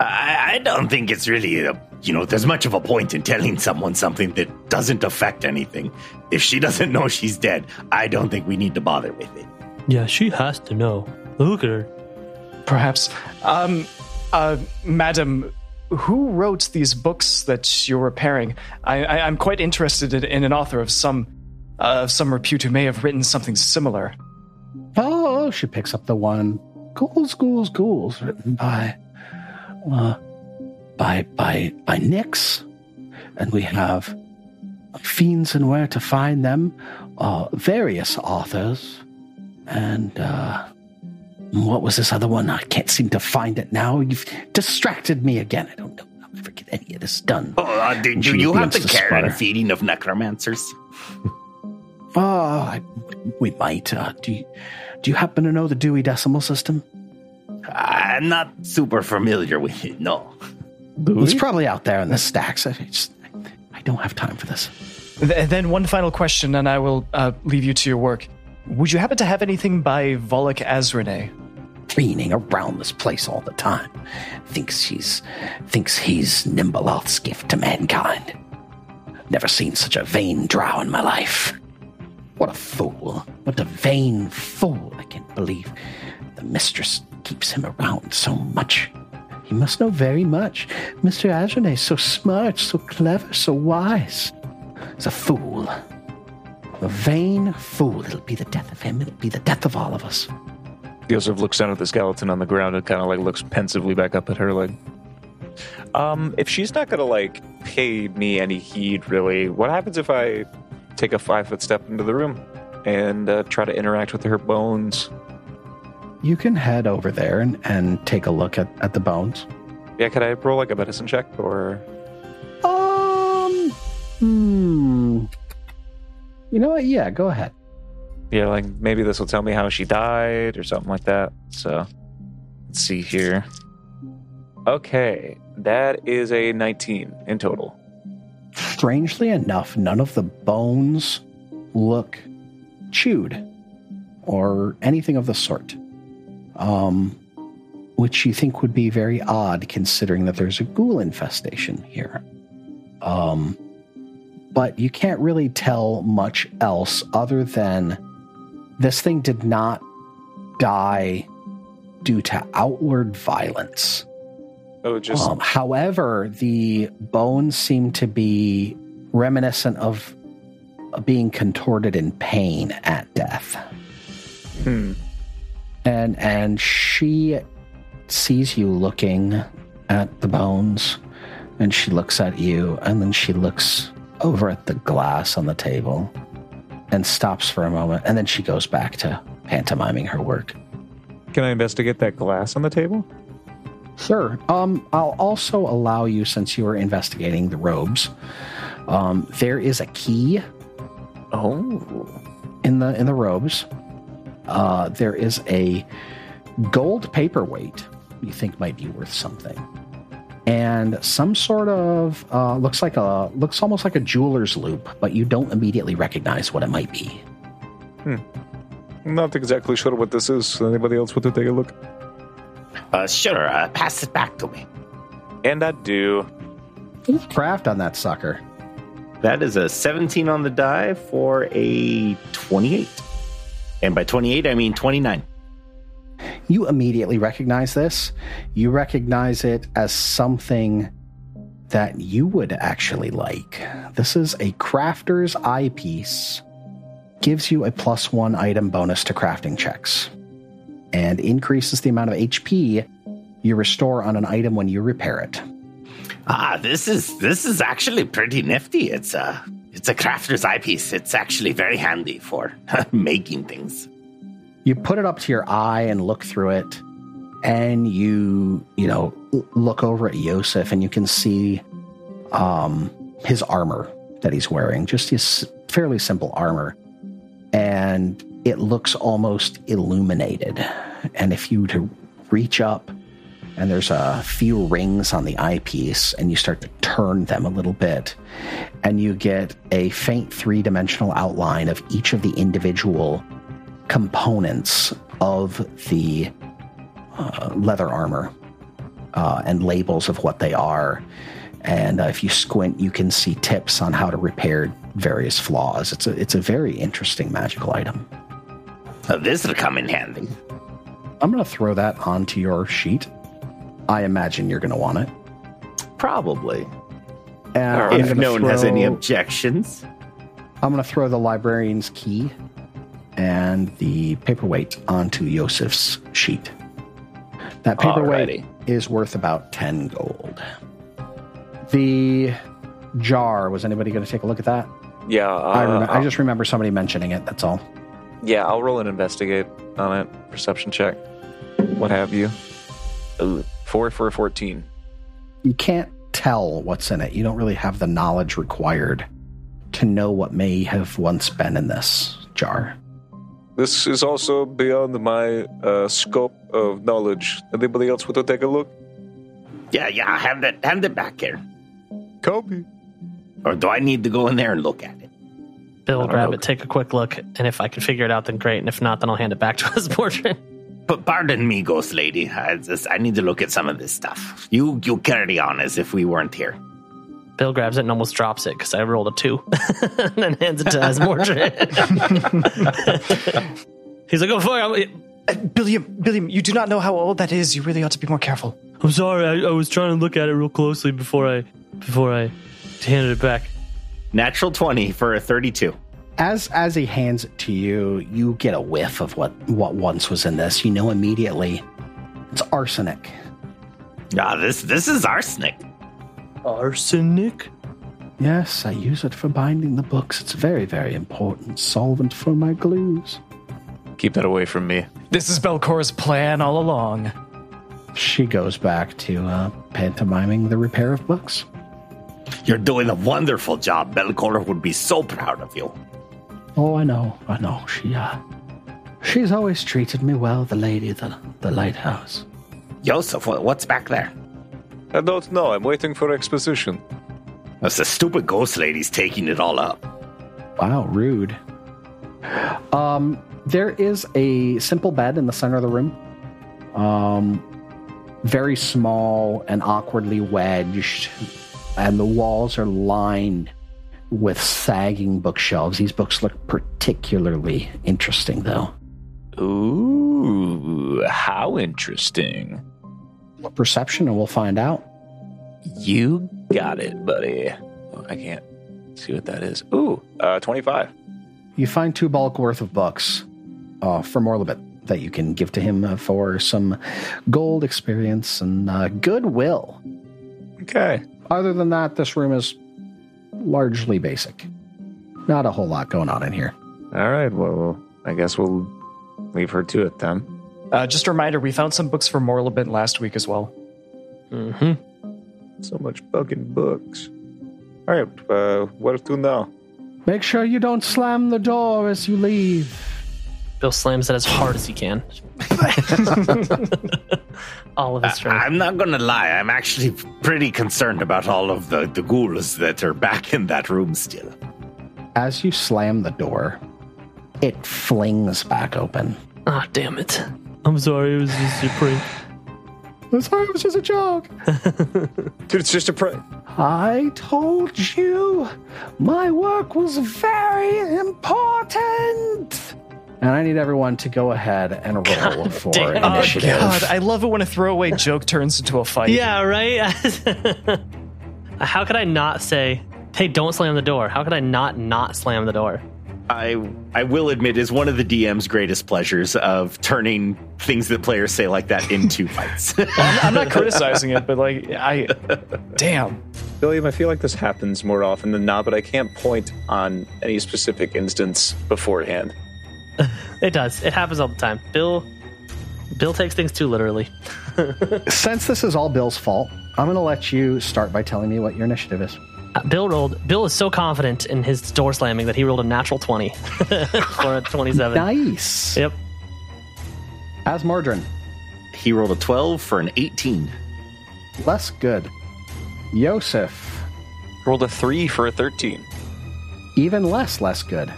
Speaker 5: I, I don't think it's really, a, you know, there's much of a point in telling someone something that doesn't affect anything. If she doesn't know she's dead, I don't think we need to bother with it.
Speaker 4: Yeah, she has to know. Look at her.
Speaker 6: Perhaps. Um, uh, madam, who wrote these books that you're repairing? I, I, I'm quite interested in, in an author of some, uh, of some repute who may have written something similar.
Speaker 2: Oh, she picks up the one. Ghouls, ghouls, ghouls, written by, uh, by, by, by Nix. And we have Fiends and Where to Find Them, uh, various authors. And, uh, what was this other one? I can't seem to find it now. You've distracted me again. I don't know. I forget any of this done.
Speaker 5: Oh, uh, do, do
Speaker 2: She
Speaker 5: you have
Speaker 2: beats the
Speaker 5: the care
Speaker 2: sputter.
Speaker 5: and feeding of necromancers?
Speaker 2: Oh, I, we might. Uh, do, you, do you happen to know the Dewey Decimal System?
Speaker 5: I'm not super familiar with it, no.
Speaker 2: It's probably out there in the stacks. I just, I don't have time for this.
Speaker 6: Th- then one final question, and I will uh, leave you to your work. Would you happen to have anything by Volok Azrene?
Speaker 2: Cleaning around this place all the time. Thinks he's, thinks he's Nimbaloth's gift to mankind. Never seen such a vain drow in my life. What a fool. What a vain fool. I can't believe the mistress keeps him around so much. He must know very much. Mr. Azrene is so smart, so clever, so wise. He's a fool. A vain fool. It'll be the death of him. It'll be the death of all of us.
Speaker 3: Yosef looks down at the skeleton on the ground and kind of like looks pensively back up at her, like, um, if she's not gonna like pay me any heed, really, what happens if I take a five foot step into the room and uh, try to interact with her bones?
Speaker 2: You can head over there and, and take a look at, at the bones.
Speaker 3: Yeah, could I roll like a medicine check or?
Speaker 2: Um, Hmm. You know what? Yeah, go ahead.
Speaker 3: Yeah, like maybe this will tell me how she died or something like that. So let's see here. Okay, that is a 19 in total.
Speaker 2: Strangely enough, none of the bones look chewed or anything of the sort. Um, which you think would be very odd considering that there's a ghoul infestation here. Um, but you can't really tell much else other than this thing did not die due to outward violence.
Speaker 7: Oh, just
Speaker 2: Um, however, the bones seem to be reminiscent of being contorted in pain at death.
Speaker 7: Hmm.
Speaker 2: And and she sees you looking at the bones, and she looks at you, and then she looks over at the glass on the table, and stops for a moment, and then she goes back to pantomiming her work.
Speaker 3: Can I investigate that glass on the table?
Speaker 2: Sure. Um, I'll also allow you, since you are investigating the robes, um, there is a key
Speaker 3: Oh.
Speaker 2: in the in the robes. Uh, there is a gold paperweight you think might be worth something, and some sort of uh, looks like a looks almost like a jeweler's loop, but you don't immediately recognize what it might be.
Speaker 7: not exactly sure what this is. Anybody else want to take a look?
Speaker 5: Uh, sure, uh, pass it back to me.
Speaker 3: And I do.
Speaker 2: Craft on that sucker.
Speaker 5: That is a 17 on the die for a 28. And by 28, I mean 29.
Speaker 2: You immediately recognize this. You recognize it as something that you would actually like. This is a crafter's eyepiece. Gives you a plus one item bonus to crafting checks and increases the amount of HP you restore on an item when you repair it.
Speaker 5: Ah, this is this is actually pretty nifty. It's a it's a crafter's eyepiece. It's actually very handy for making things.
Speaker 2: you put it up to your eye and look through it and you you know l- look over at Yosef and you can see um his armor that he's wearing just his fairly simple armor and it looks almost illuminated and if you to reach up and there's a few rings on the eyepiece and you start to turn them a little bit and you get a faint three-dimensional outline of each of the individual components of the uh, leather armor uh, and labels of what they are. And uh, if you squint, you can see tips on how to repair various flaws. It's a it's a very interesting magical item.
Speaker 5: Uh, this will come in handy.
Speaker 2: I'm going to throw that onto your sheet. I imagine you're going to want it.
Speaker 5: Probably.
Speaker 2: And I'm
Speaker 5: if
Speaker 2: gonna
Speaker 5: no one has
Speaker 2: throw-
Speaker 5: any objections.
Speaker 2: I'm going to throw the librarian's key and the paperweight onto Yosef's sheet. That paperweight
Speaker 5: Alrighty.
Speaker 2: is worth about 10 gold. The jar, was anybody going to take a look at that?
Speaker 3: Yeah,
Speaker 2: I,
Speaker 3: uh,
Speaker 2: remember, I just remember somebody mentioning it, that's all.
Speaker 3: yeah, I'll roll an investigate on it. Perception check. What have you? Ooh, four for a 14.
Speaker 2: You can't tell what's in it. You don't really have the knowledge required to know what may have once been in this jar.
Speaker 7: This is also beyond my uh, scope of knowledge. Anybody else want to take a look?
Speaker 5: Yeah, yeah, hand it hand it back here.
Speaker 7: Kobe.
Speaker 5: Or do I need to go in there and look at it?
Speaker 4: Bill,
Speaker 3: don't
Speaker 4: grab
Speaker 3: know.
Speaker 4: it, take a quick look, and if I can figure it out, then great. And if not, then I'll hand it back to us, Mordrin.
Speaker 5: But pardon me, ghost lady. I just I need to look at some of this stuff. You you carry on as if we weren't here.
Speaker 4: Bill grabs it and almost drops it because I rolled a two and then hands it to Asmordrin. He's like, oh, fuck. I'm,
Speaker 6: Uh, Billiam, Billiam, you do not know how old that is. You really ought to be more careful.
Speaker 4: I'm sorry. I, I was trying to look at it real closely before I before I handed it back.
Speaker 5: Natural twenty for a thirty-two.
Speaker 2: As as he hands it to you, you get a whiff of what what once was in this. You know immediately it's arsenic.
Speaker 5: Ah, this this is arsenic.
Speaker 4: Arsenic?
Speaker 2: Yes, I use it for binding the books. It's a very, very important solvent for my glues.
Speaker 3: Keep that away from me.
Speaker 6: This is Belcora's plan all along.
Speaker 2: She goes back to uh, pantomiming the repair of books.
Speaker 5: You're doing a wonderful job. Belcor would be so proud of you.
Speaker 2: Oh, I know, I know. She, uh, she's always treated me well, the lady, at the, the lighthouse.
Speaker 5: Joseph, wha- what's back there?
Speaker 7: I don't know. I'm waiting for exposition.
Speaker 5: That's the stupid ghost lady's taking it all up.
Speaker 2: Wow, rude. Um, there is a simple bed in the center of the room. Um, very small and awkwardly wedged, and the walls are lined with sagging bookshelves. These books look particularly interesting, though.
Speaker 8: Ooh, how interesting.
Speaker 2: Perception, and we'll find out.
Speaker 8: You got it, buddy. Oh, I can't see what that is. Ooh, uh, 25.
Speaker 2: You find two bulk worth of books uh, from Orlibet that you can give to him uh, for some gold experience and uh, goodwill.
Speaker 8: Okay.
Speaker 2: other than that, this room is largely basic. Not a whole lot going on in here.
Speaker 8: All right. Well, I guess we'll leave her to it then.
Speaker 6: Uh, just a reminder, we found some books for Morlabin last week as well.
Speaker 9: Mm-hmm.
Speaker 4: hmm
Speaker 7: So much fucking books. All right, uh, where to now?
Speaker 2: Make sure you don't slam the door as you leave.
Speaker 4: Bill slams it as hard as he can. All of his strength.
Speaker 5: I'm not gonna lie, I'm actually pretty concerned about all of the, the ghouls that are back in that room still.
Speaker 2: As you slam the door, it flings back open.
Speaker 4: Ah, damn it. I'm sorry, it was just a prank.
Speaker 2: I'm sorry, it was just a joke.
Speaker 7: Dude, it's just a prank.
Speaker 2: I told you my work was very important. And I need everyone to go ahead and roll for
Speaker 4: damn.
Speaker 6: Oh,
Speaker 2: initiative.
Speaker 6: God, I love it when a throwaway joke turns into a fight.
Speaker 4: Yeah, right? How could I not say, hey, don't slam the door? How could I not not slam the door?
Speaker 5: I I will admit is one of the DM's greatest pleasures of turning things that players say like that into fights.
Speaker 6: I'm not criticizing it, but like, I. Damn.
Speaker 9: William, I feel like this happens more often than not, but I can't point on any specific instance beforehand.
Speaker 4: It does. It happens all the time. Bill Bill takes things too literally.
Speaker 2: Since this is all Bill's fault, I'm going to let you start by telling me what your initiative is.
Speaker 4: Uh, Bill rolled Bill is so confident in his door slamming that he rolled a natural 20 for a 27.
Speaker 2: Nice.
Speaker 4: Yep.
Speaker 2: As Mordrin.
Speaker 5: he rolled a 12 for an 18.
Speaker 2: Less good. Yosef,
Speaker 9: Rolled a three for a 13.
Speaker 2: even less less good.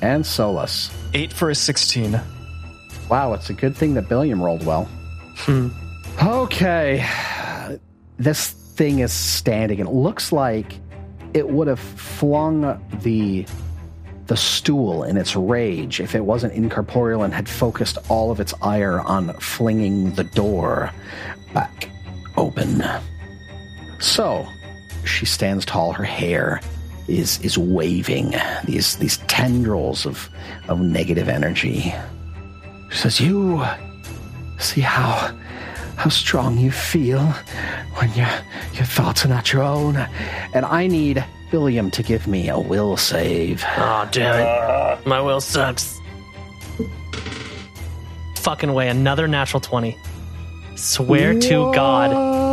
Speaker 2: And Solus.
Speaker 6: Eight for a 16.
Speaker 2: Wow, it's a good thing that Billiam rolled well.
Speaker 6: Hmm.
Speaker 2: Okay. This thing is standing and it looks like it would have flung the the stool in its rage if it wasn't incorporeal and had focused all of its ire on flinging the door back open. So, she stands tall, her hair is is waving these these tendrils of of negative energy she says, You see how how strong you feel when your your thoughts are not your own. And I need William to give me a will save.
Speaker 4: Oh, damn it. My will sucks. Fucking way. Another natural 20. Swear to God.
Speaker 2: What?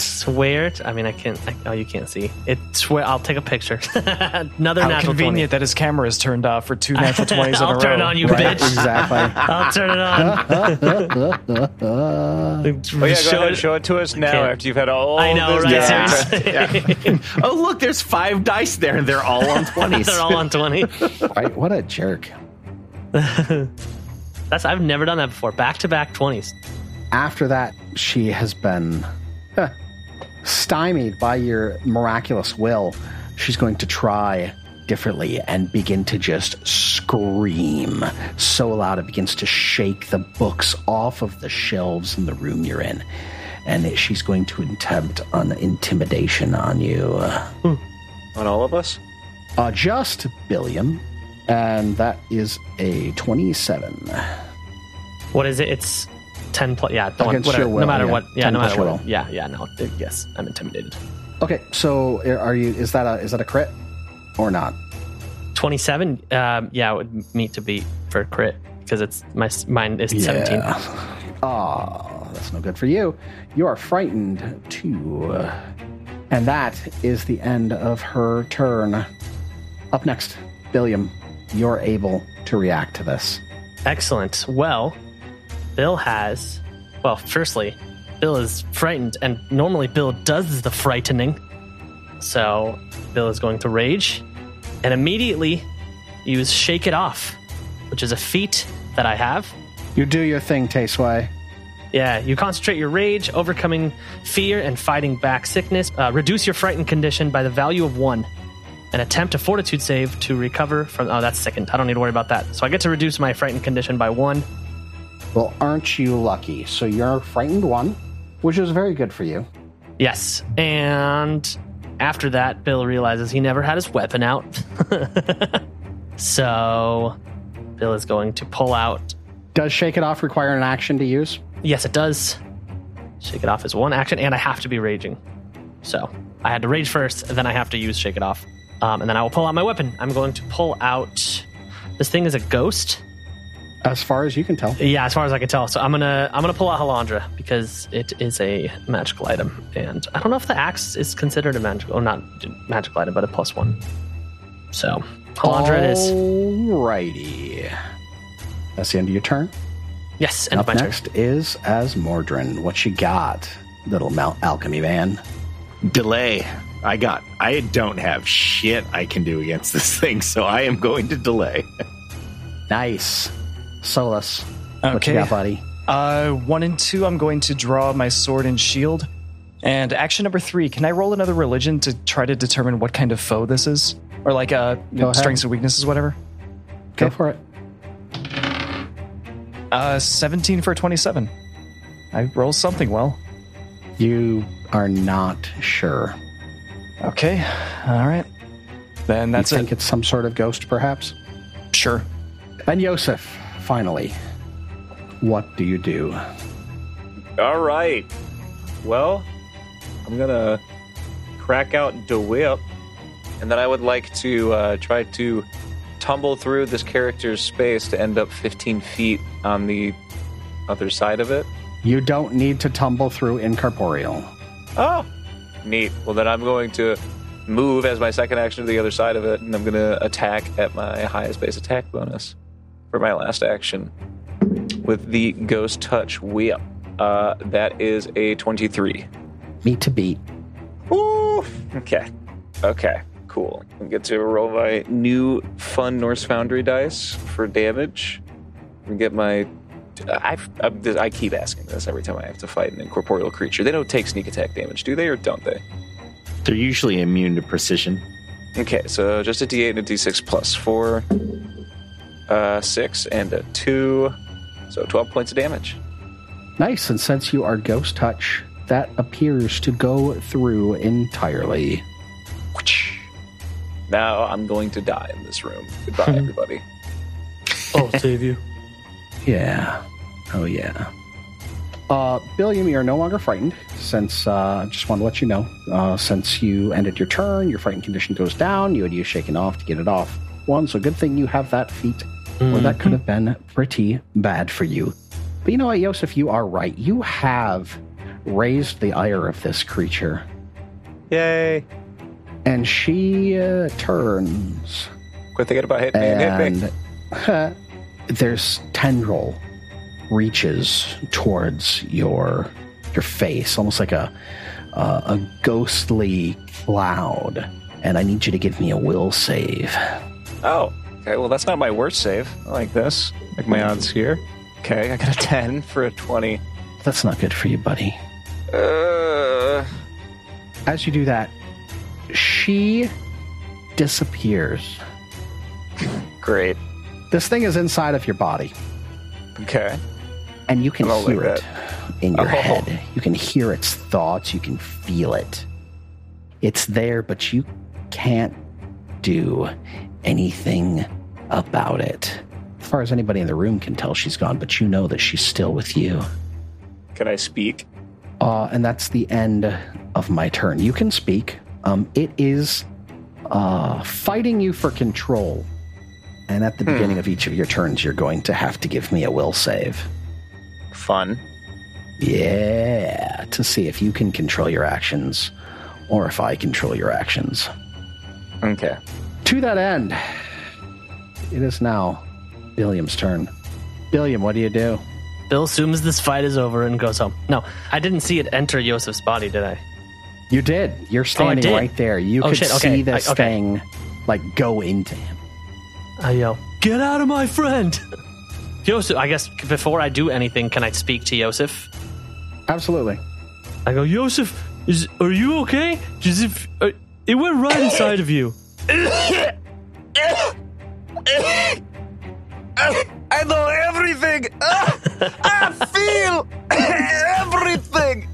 Speaker 4: Swear to, I mean, I can't. I, oh, you can't see. It swear. I'll take a picture. Another
Speaker 6: How
Speaker 4: natural
Speaker 6: convenient that his camera is turned off for two natural
Speaker 4: 20.
Speaker 6: 20s in a
Speaker 4: I'll
Speaker 6: row.
Speaker 4: turn it on you,
Speaker 2: Right,
Speaker 4: bitch.
Speaker 2: exactly.
Speaker 4: I'll turn it on.
Speaker 7: Oh, yeah, go
Speaker 4: Show
Speaker 7: ahead,
Speaker 4: it-
Speaker 7: show it to us now
Speaker 4: can't.
Speaker 7: after you've had all
Speaker 4: I know,
Speaker 7: this
Speaker 4: right?
Speaker 7: time.
Speaker 4: Seriously.
Speaker 5: Oh, look, there's five dice there, and they're all on 20s.
Speaker 4: They're all on 20.
Speaker 2: right, what a jerk.
Speaker 4: That's I've never done that before. Back to back 20s.
Speaker 2: After that, she has been huh, stymied by your miraculous will. She's going to try differently and begin to just scream so loud it begins to shake the books off of the shelves in the room you're in. And it- she's going to attempt an intimidation on you.
Speaker 9: Hmm. On all of us?
Speaker 2: Uh, just Billiam. And that is a 27.
Speaker 4: What is it? It's 10 plus. Yeah, the one,
Speaker 2: Against
Speaker 4: whatever,
Speaker 2: your will,
Speaker 4: no matter
Speaker 2: yeah.
Speaker 4: what. Yeah,
Speaker 2: 10
Speaker 4: no
Speaker 2: plus
Speaker 4: matter
Speaker 2: your
Speaker 4: what.
Speaker 2: will.
Speaker 4: Yeah, yeah. No, it- yes, I'm intimidated.
Speaker 2: Okay, so are you, is that a, is that a crit or not?
Speaker 4: 27. Um, yeah, it would meet to beat for crit because it's my s- mine is 17.
Speaker 2: Ah, that's no good for you. You are frightened too. And that is the end of her turn. Up next, Billiam, you're able to react to this.
Speaker 4: Excellent. Well, Bill has. Well, firstly, Bill is frightened, and normally Bill does the frightening. So, Bill is going to rage and immediately use Shake It Off, which is a feat that I have.
Speaker 2: You do your thing, Taysway.
Speaker 4: Yeah, you concentrate your rage, overcoming fear and fighting back sickness. Uh, reduce your frightened condition by the value of one. And attempt a fortitude save to recover from. Oh, that's sickened. I don't need to worry about that. So I get to reduce my frightened condition by one.
Speaker 2: Well, aren't you lucky? So you're frightened one, which is very good for you.
Speaker 4: Yes. And after that, Bill realizes he never had his weapon out. so Bill is going to pull out.
Speaker 2: Does Shake It Off require an action to use?
Speaker 4: Yes, it does. Shake it off is one action, and I have to be raging. So I had to rage first, and then I have to use shake it off. Um, and then I will pull out my weapon. I'm going to pull out. This thing is a ghost.
Speaker 2: As far as you can tell.
Speaker 4: Yeah, as far as I can tell. So I'm gonna I'm gonna pull out Halandra because it is a magical item, and I don't know if the axe is considered a magical or not magical item, but a plus one. So Halandra it is.
Speaker 2: Oh. Alrighty. That's the end of your turn.
Speaker 4: Yes, end of
Speaker 2: Up
Speaker 4: my turn.
Speaker 2: next is as Mordrin. What you got, little Mount Alchemy man?
Speaker 5: delay. I got. I don't have shit I can do against this thing, so I am going to delay.
Speaker 2: Nice. Solus. What you
Speaker 6: Okay.
Speaker 2: got, buddy?
Speaker 6: Uh, one and two, I'm going to draw my sword and shield. And action number three, can I roll another religion to try to determine what kind of foe this is? Or like uh,
Speaker 2: Go ahead.
Speaker 6: strengths and weaknesses, whatever?
Speaker 2: Go for it.
Speaker 6: Uh, 17 for 27. I roll something well.
Speaker 2: You are not sure.
Speaker 6: Okay. All right. Then that's
Speaker 2: you
Speaker 6: it.
Speaker 2: think it's some sort of ghost, perhaps?
Speaker 6: Sure.
Speaker 2: And Yosef, finally. What do you do?
Speaker 10: All right. Well, I'm gonna crack out the whip,
Speaker 3: And then I would like to uh, try to tumble through this character's space to end up 15 feet on the other side of it.
Speaker 2: You don't need to tumble through incorporeal.
Speaker 3: Oh, neat. Well, then I'm going to move as my second action to the other side of it, and I'm going to attack at my highest base attack bonus for my last action with the Ghost Touch Whip. Uh, that is a 23.
Speaker 2: Meet to beat.
Speaker 3: Ooh, okay. Okay, cool. I get to roll my new fun Norse Foundry dice for damage. And get my. I, I, I keep asking this every time I have to fight an incorporeal creature. They don't take sneak attack damage, do they, or don't they?
Speaker 5: They're usually immune to precision.
Speaker 3: Okay, so just a d8 and a d6 plus four, uh, six and a two, so twelve points of damage.
Speaker 2: Nice, and since you are ghost touch, that appears to go through entirely.
Speaker 3: Now I'm going to die in this room. Goodbye, everybody.
Speaker 4: Oh, save you.
Speaker 2: Yeah. Oh, yeah. Uh, Billiam, you're no longer frightened since uh, I just want to let you know. Uh, since you ended your turn, your frightened condition goes down. You had used shaken off to get it off one, so good thing you have that feat, or that could have
Speaker 4: Mm-hmm.
Speaker 2: been pretty bad for you. But you know what, Yosef, you are right. You have raised the ire of this creature.
Speaker 3: Yay!
Speaker 2: And she uh, turns
Speaker 3: Quit thinking about Hitman. Hitman.
Speaker 2: and there's tendril reaches towards your your face, almost like a uh, a ghostly cloud. And I need you to give me a will save.
Speaker 3: Oh, okay. Well, that's not my worst save. I like this. Like my odds here. Okay, I got a ten for a twenty.
Speaker 2: That's not good for you, buddy.
Speaker 3: Uh,
Speaker 2: As you do that, she disappears.
Speaker 3: great.
Speaker 2: This thing is inside of your body,
Speaker 3: Okay.
Speaker 2: and you can
Speaker 3: I don't like
Speaker 2: hear it in your
Speaker 3: Oh.
Speaker 2: head. You can hear its thoughts. You can feel it. It's there, but you can't do anything about it. As far as anybody in the room can tell, she's gone, but you know that she's still with you.
Speaker 3: Can I speak?
Speaker 2: Uh, and that's the end of my turn. You can speak. Um, it is uh, fighting you for control. And at the beginning of each of your turns, you're going to have to give me a will save.
Speaker 10: fun.
Speaker 2: Yeah, to see if you can control your actions or if I control your actions.
Speaker 7: Okay.
Speaker 2: To that end, it is now Billiam's turn. Billiam, what do you do?
Speaker 4: Bill assumes this fight is over and goes home. No, I didn't see it enter Yosef's body, did I?
Speaker 2: You did. You're standing
Speaker 4: Oh, did?
Speaker 2: right there. You
Speaker 4: Oh,
Speaker 2: could
Speaker 4: shit, okay.
Speaker 2: see this
Speaker 4: I- okay.
Speaker 2: thing like go into him.
Speaker 4: I yell, "Get out of my friend!" Yosef, I guess before I do anything, can I speak to Yosef?
Speaker 2: Absolutely.
Speaker 4: I go, Yosef, is are you okay? Just if uh, it went right inside of you.
Speaker 8: I know everything. Ah, I feel everything.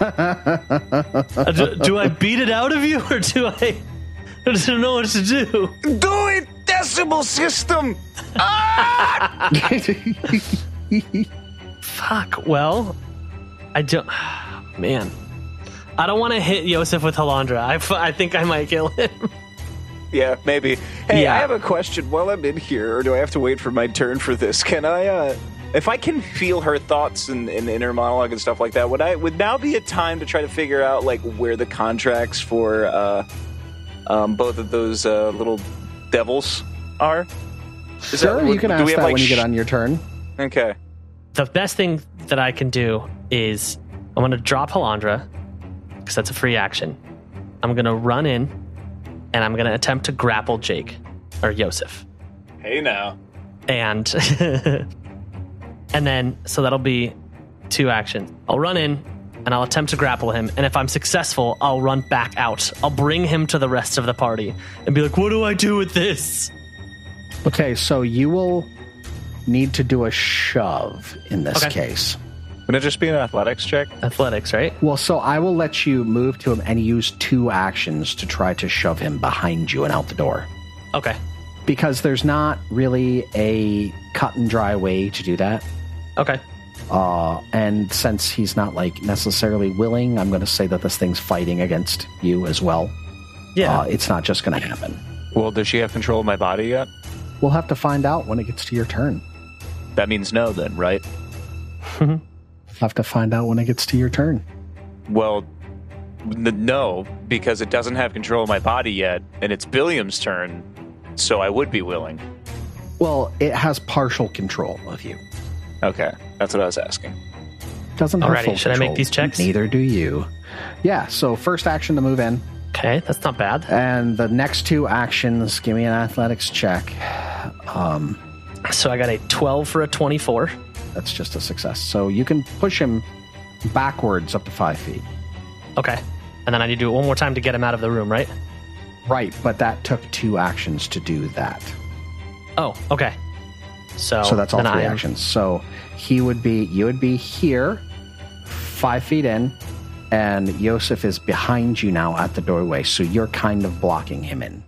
Speaker 4: Uh, do, do I beat it out of you, or do I? I don't know what to do.
Speaker 8: Do it, decimal system.
Speaker 4: Fuck. Well, I don't. Man, I don't want to hit Yosef with Halandra. I, f- I think I might kill him.
Speaker 9: Yeah, maybe. Hey,
Speaker 4: Yeah.
Speaker 9: I have a question while I'm in here, or do I have to wait for my turn for this? Can I, uh, if I can feel her thoughts and, and inner monologue and stuff like that, would I would now be a time to try to figure out like where the contracts for uh, um, both of those uh, little devils are? Is
Speaker 2: Sure,
Speaker 9: that-
Speaker 2: you can
Speaker 9: do we
Speaker 2: ask
Speaker 9: have,
Speaker 2: that
Speaker 9: like,
Speaker 2: when you
Speaker 9: sh-
Speaker 2: get on your turn.
Speaker 9: Okay.
Speaker 4: the best thing that I can do is I'm going to drop Halandra because that's a free action. I'm going to run in and I'm going to attempt to grapple Jake or Yosef.
Speaker 8: Hey now.
Speaker 4: And and then so that'll be two actions. I'll run in and I'll attempt to grapple him and if I'm successful, I'll run back out. I'll bring him to the rest of the party and be like, "What do I do with this?"
Speaker 2: Okay, so you will need to do a shove in this
Speaker 4: Okay.
Speaker 2: case.
Speaker 7: Would it just be an athletics check?
Speaker 4: Athletics, right?
Speaker 2: Well, so I will let you move to him and use two actions to try to shove him behind you and out the door.
Speaker 4: Okay.
Speaker 2: Because there's not really a cut and dry way to do that.
Speaker 4: Okay.
Speaker 2: Uh, and since he's not like necessarily willing, I'm going to say that this thing's fighting against you as well.
Speaker 4: Yeah.
Speaker 2: Uh, it's not just going to happen.
Speaker 7: Well, does she have control of my body yet?
Speaker 2: We'll have to find out when it gets to your turn.
Speaker 7: That means no, then, right?
Speaker 2: We'll have to find out when it gets to your turn.
Speaker 7: Well, n- no, because it doesn't have control of my body yet, and it's Billiam's turn, so I would be willing.
Speaker 2: Well, it has partial control of you.
Speaker 7: Okay, that's what I was asking.
Speaker 2: Doesn't have
Speaker 4: Alrighty,
Speaker 2: full
Speaker 4: should I make
Speaker 2: control.
Speaker 4: these checks?
Speaker 2: Neither do you. Yeah. So first action to move in,
Speaker 4: Okay, that's not bad.
Speaker 2: and the next two actions. Give me an athletics check. Um,
Speaker 4: So I got a 12 for a 24.
Speaker 2: That's just a success. So you can push him backwards up to five feet.
Speaker 4: Okay. And then I need to do it one more time to get him out of the room, right?
Speaker 2: Right, but that took two actions to do that.
Speaker 4: Oh, okay. So,
Speaker 2: so that's all
Speaker 4: then
Speaker 2: three
Speaker 4: I am-
Speaker 2: actions. So he would be, you would be here, five feet in, and Yosef is behind you now at the doorway. So you're kind of blocking him in,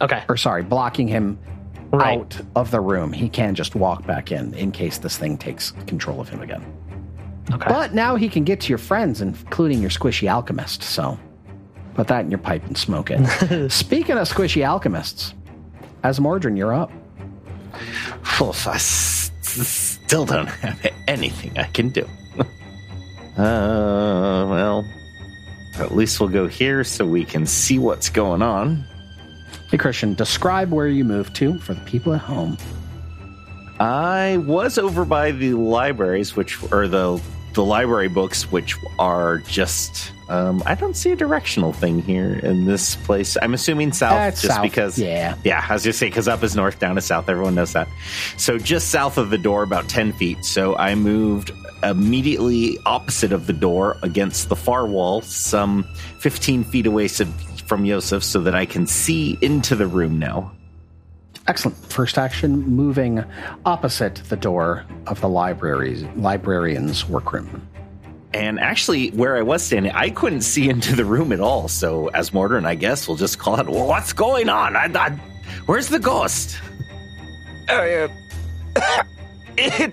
Speaker 4: Okay.
Speaker 2: or sorry, blocking him
Speaker 4: Right.
Speaker 2: out of the room. He can just walk back in in case this thing takes control of him again.
Speaker 4: Okay.
Speaker 2: But now he can get to your friends, including your squishy alchemist. So put that in your pipe and smoke it. Speaking of squishy alchemists, as Mordrin, you're up.
Speaker 5: Well, if I s- s- still don't have anything I can do. uh, well, at least we'll go here so we can see what's going on.
Speaker 2: Hey, Christian, describe where you moved to for the people at home.
Speaker 5: I was over by the libraries, which or the the library books, which are just. Um, I don't see a directional thing here in this place. I'm assuming south,
Speaker 2: Uh, it's
Speaker 5: just
Speaker 2: south.
Speaker 5: because.
Speaker 2: Yeah.
Speaker 5: Yeah, I was just saying because up is north, down is south. Everyone knows that. So just south of the door, about ten feet. So I moved immediately opposite of the door, against the far wall, some fifteen feet away so- from Yosef, so that I can see into the room now.
Speaker 2: Excellent. First action moving opposite the door of the library's librarian's workroom.
Speaker 5: And actually, where I was standing, I couldn't see into the room at all. So, as Mordrin, I guess we'll just call it. Well, what's going on? I, I, where's the ghost?
Speaker 8: Oh yeah. it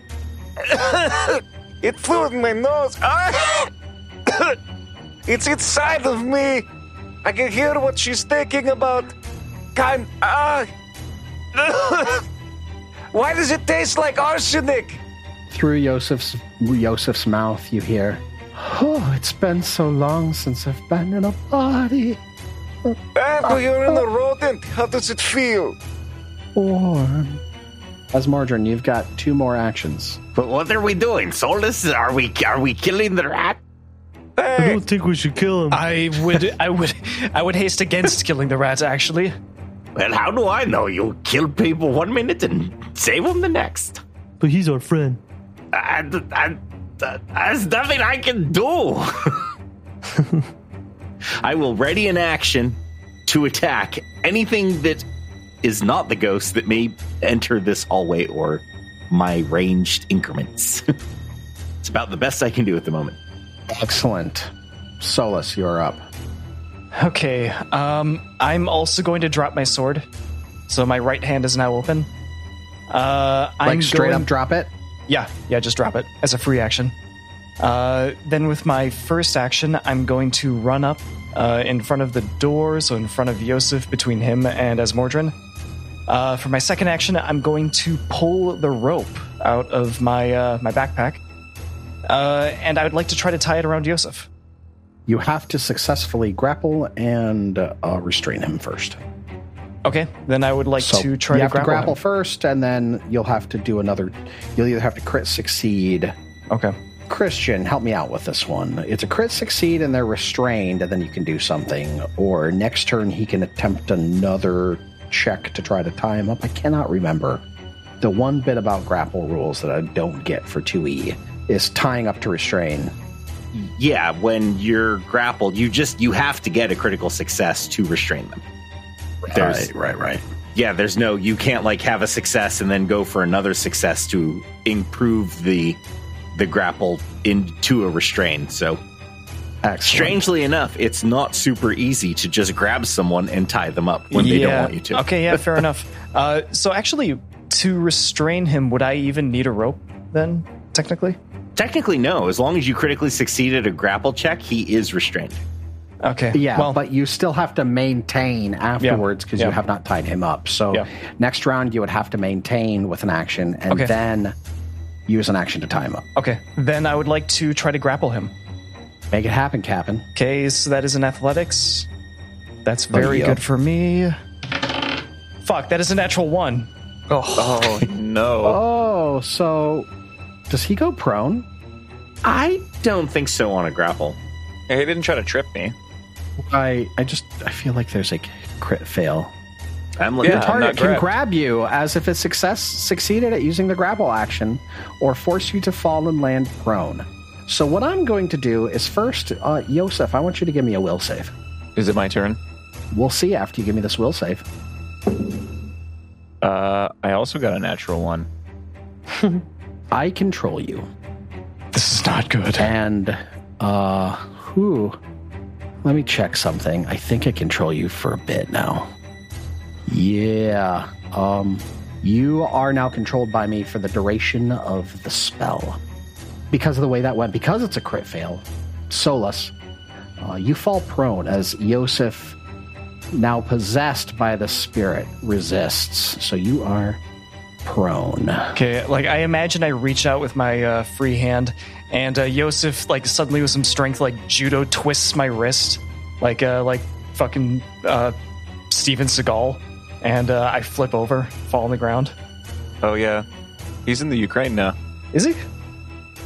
Speaker 8: it flew in my nose. Ah! it's inside of me. I can hear what she's thinking about. Kind ah. Why does it taste like arsenic?
Speaker 2: Through Yosef's Yosef's mouth, you hear, Oh, it's been so long since I've been in a body.
Speaker 8: Uncle, Eh, you're in the rodent. How does it feel?
Speaker 2: Warm. As Mordrin, you've got two more actions.
Speaker 5: But what are we doing, Solus? Are we are we killing the rat?
Speaker 8: Hey,
Speaker 11: think we should kill him.
Speaker 6: I would, I would, I would haste against killing the rats. Actually,
Speaker 5: Well, how do I know? You kill people one minute and save them the next.
Speaker 11: but he's our friend.
Speaker 5: I, I, I- uh, there's nothing I can do. I will ready an action to attack anything that is not the ghost that may enter this hallway or my ranged increments. it's about the best I can do at the moment.
Speaker 2: Excellent. Solus, you're up.
Speaker 6: okay. Um, I'm also going to drop my sword, so my right hand is now open. Uh,
Speaker 2: Like
Speaker 6: I'm
Speaker 2: straight
Speaker 6: going-
Speaker 2: up drop it.
Speaker 6: Yeah, yeah, just drop it as a free action. Uh, then with my first action, I'm going to run up uh, in front of the door, so in front of Yosef, between him and Asmordran. Uh, for my second action, I'm going to pull the rope out of my uh, my backpack, uh, and I would like to try to tie it around Yosef.
Speaker 2: You have to successfully grapple and uh, restrain him first.
Speaker 6: Okay, then I would like
Speaker 2: So
Speaker 6: to try
Speaker 2: you
Speaker 6: to
Speaker 2: have
Speaker 6: grapple.
Speaker 2: to grapple
Speaker 6: him.
Speaker 2: first, and then you'll have to do another. You'll either have to crit succeed.
Speaker 6: Okay,
Speaker 2: Christian, help me out with this one. It's a crit succeed, and they're restrained, and then you can do something. Or next turn, he can attempt another check to try to tie him up. I cannot remember. The one bit about grapple rules that I don't get for 2e is tying up to restrain.
Speaker 5: Yeah, when you're grappled, you just you have to get a critical success to restrain them. There's-
Speaker 2: right, right.
Speaker 5: yeah, there's no you can't like have a success and then go for another success to improve the the grapple into a restrain. So
Speaker 2: Excellent.
Speaker 5: strangely enough, it's not super easy to just grab someone and tie them up when they don't want you to.
Speaker 6: Okay, yeah, fair enough. Uh, so actually, to restrain him, would I even need a rope then? Technically,
Speaker 5: Technically, no. As long as you critically succeed at a grapple check, he is restrained.
Speaker 6: okay.
Speaker 2: Yeah,
Speaker 6: well,
Speaker 2: but you still have to maintain afterwards because
Speaker 6: Yeah.
Speaker 2: you have not tied him up. So
Speaker 6: Yeah.
Speaker 2: next round you would have to maintain with an action and
Speaker 6: Okay.
Speaker 2: then use an action to tie him up.
Speaker 6: Okay, then I would like to try to grapple him.
Speaker 2: Make it happen, Captain.
Speaker 6: Okay, so that is an athletics. That's very
Speaker 2: Oh, yeah.
Speaker 6: good for me. Fuck, that is a natural one.
Speaker 7: Oh no!
Speaker 2: Oh, so does he go prone?
Speaker 5: I don't think so on a grapple.
Speaker 7: Hey, he didn't try to trip me.
Speaker 2: I I just I feel like there's like crit fail.
Speaker 5: I'm looking.
Speaker 7: Yeah,
Speaker 2: the
Speaker 5: at
Speaker 2: target
Speaker 7: not
Speaker 2: can
Speaker 7: grabbed.
Speaker 2: grab you as if it success succeeded at using the grapple action, or force you to fall and land prone. So what I'm going to do is first, uh, Yosef, I want you to give me a will save.
Speaker 7: Is it my turn?
Speaker 2: We'll see after you give me this will save.
Speaker 7: Uh, I also got a natural one.
Speaker 2: I control you.
Speaker 6: This is not good.
Speaker 2: And, uh, who? Let me check something. I think I control you for a bit now. Yeah. Um, you are now controlled by me for the duration of the spell. Because of the way that went, because it's a crit fail, Solus, uh, you fall prone as Yosef, now possessed by the spirit, resists. So you are prone.
Speaker 6: Okay, like I imagine I reach out with my uh, free hand, and uh, Yosef, like suddenly with some strength, like judo twists my wrist, like uh, like fucking uh, Steven Seagal, and uh, I flip over, fall on the ground.
Speaker 7: Oh yeah, he's in the Ukraine now.
Speaker 6: Is he?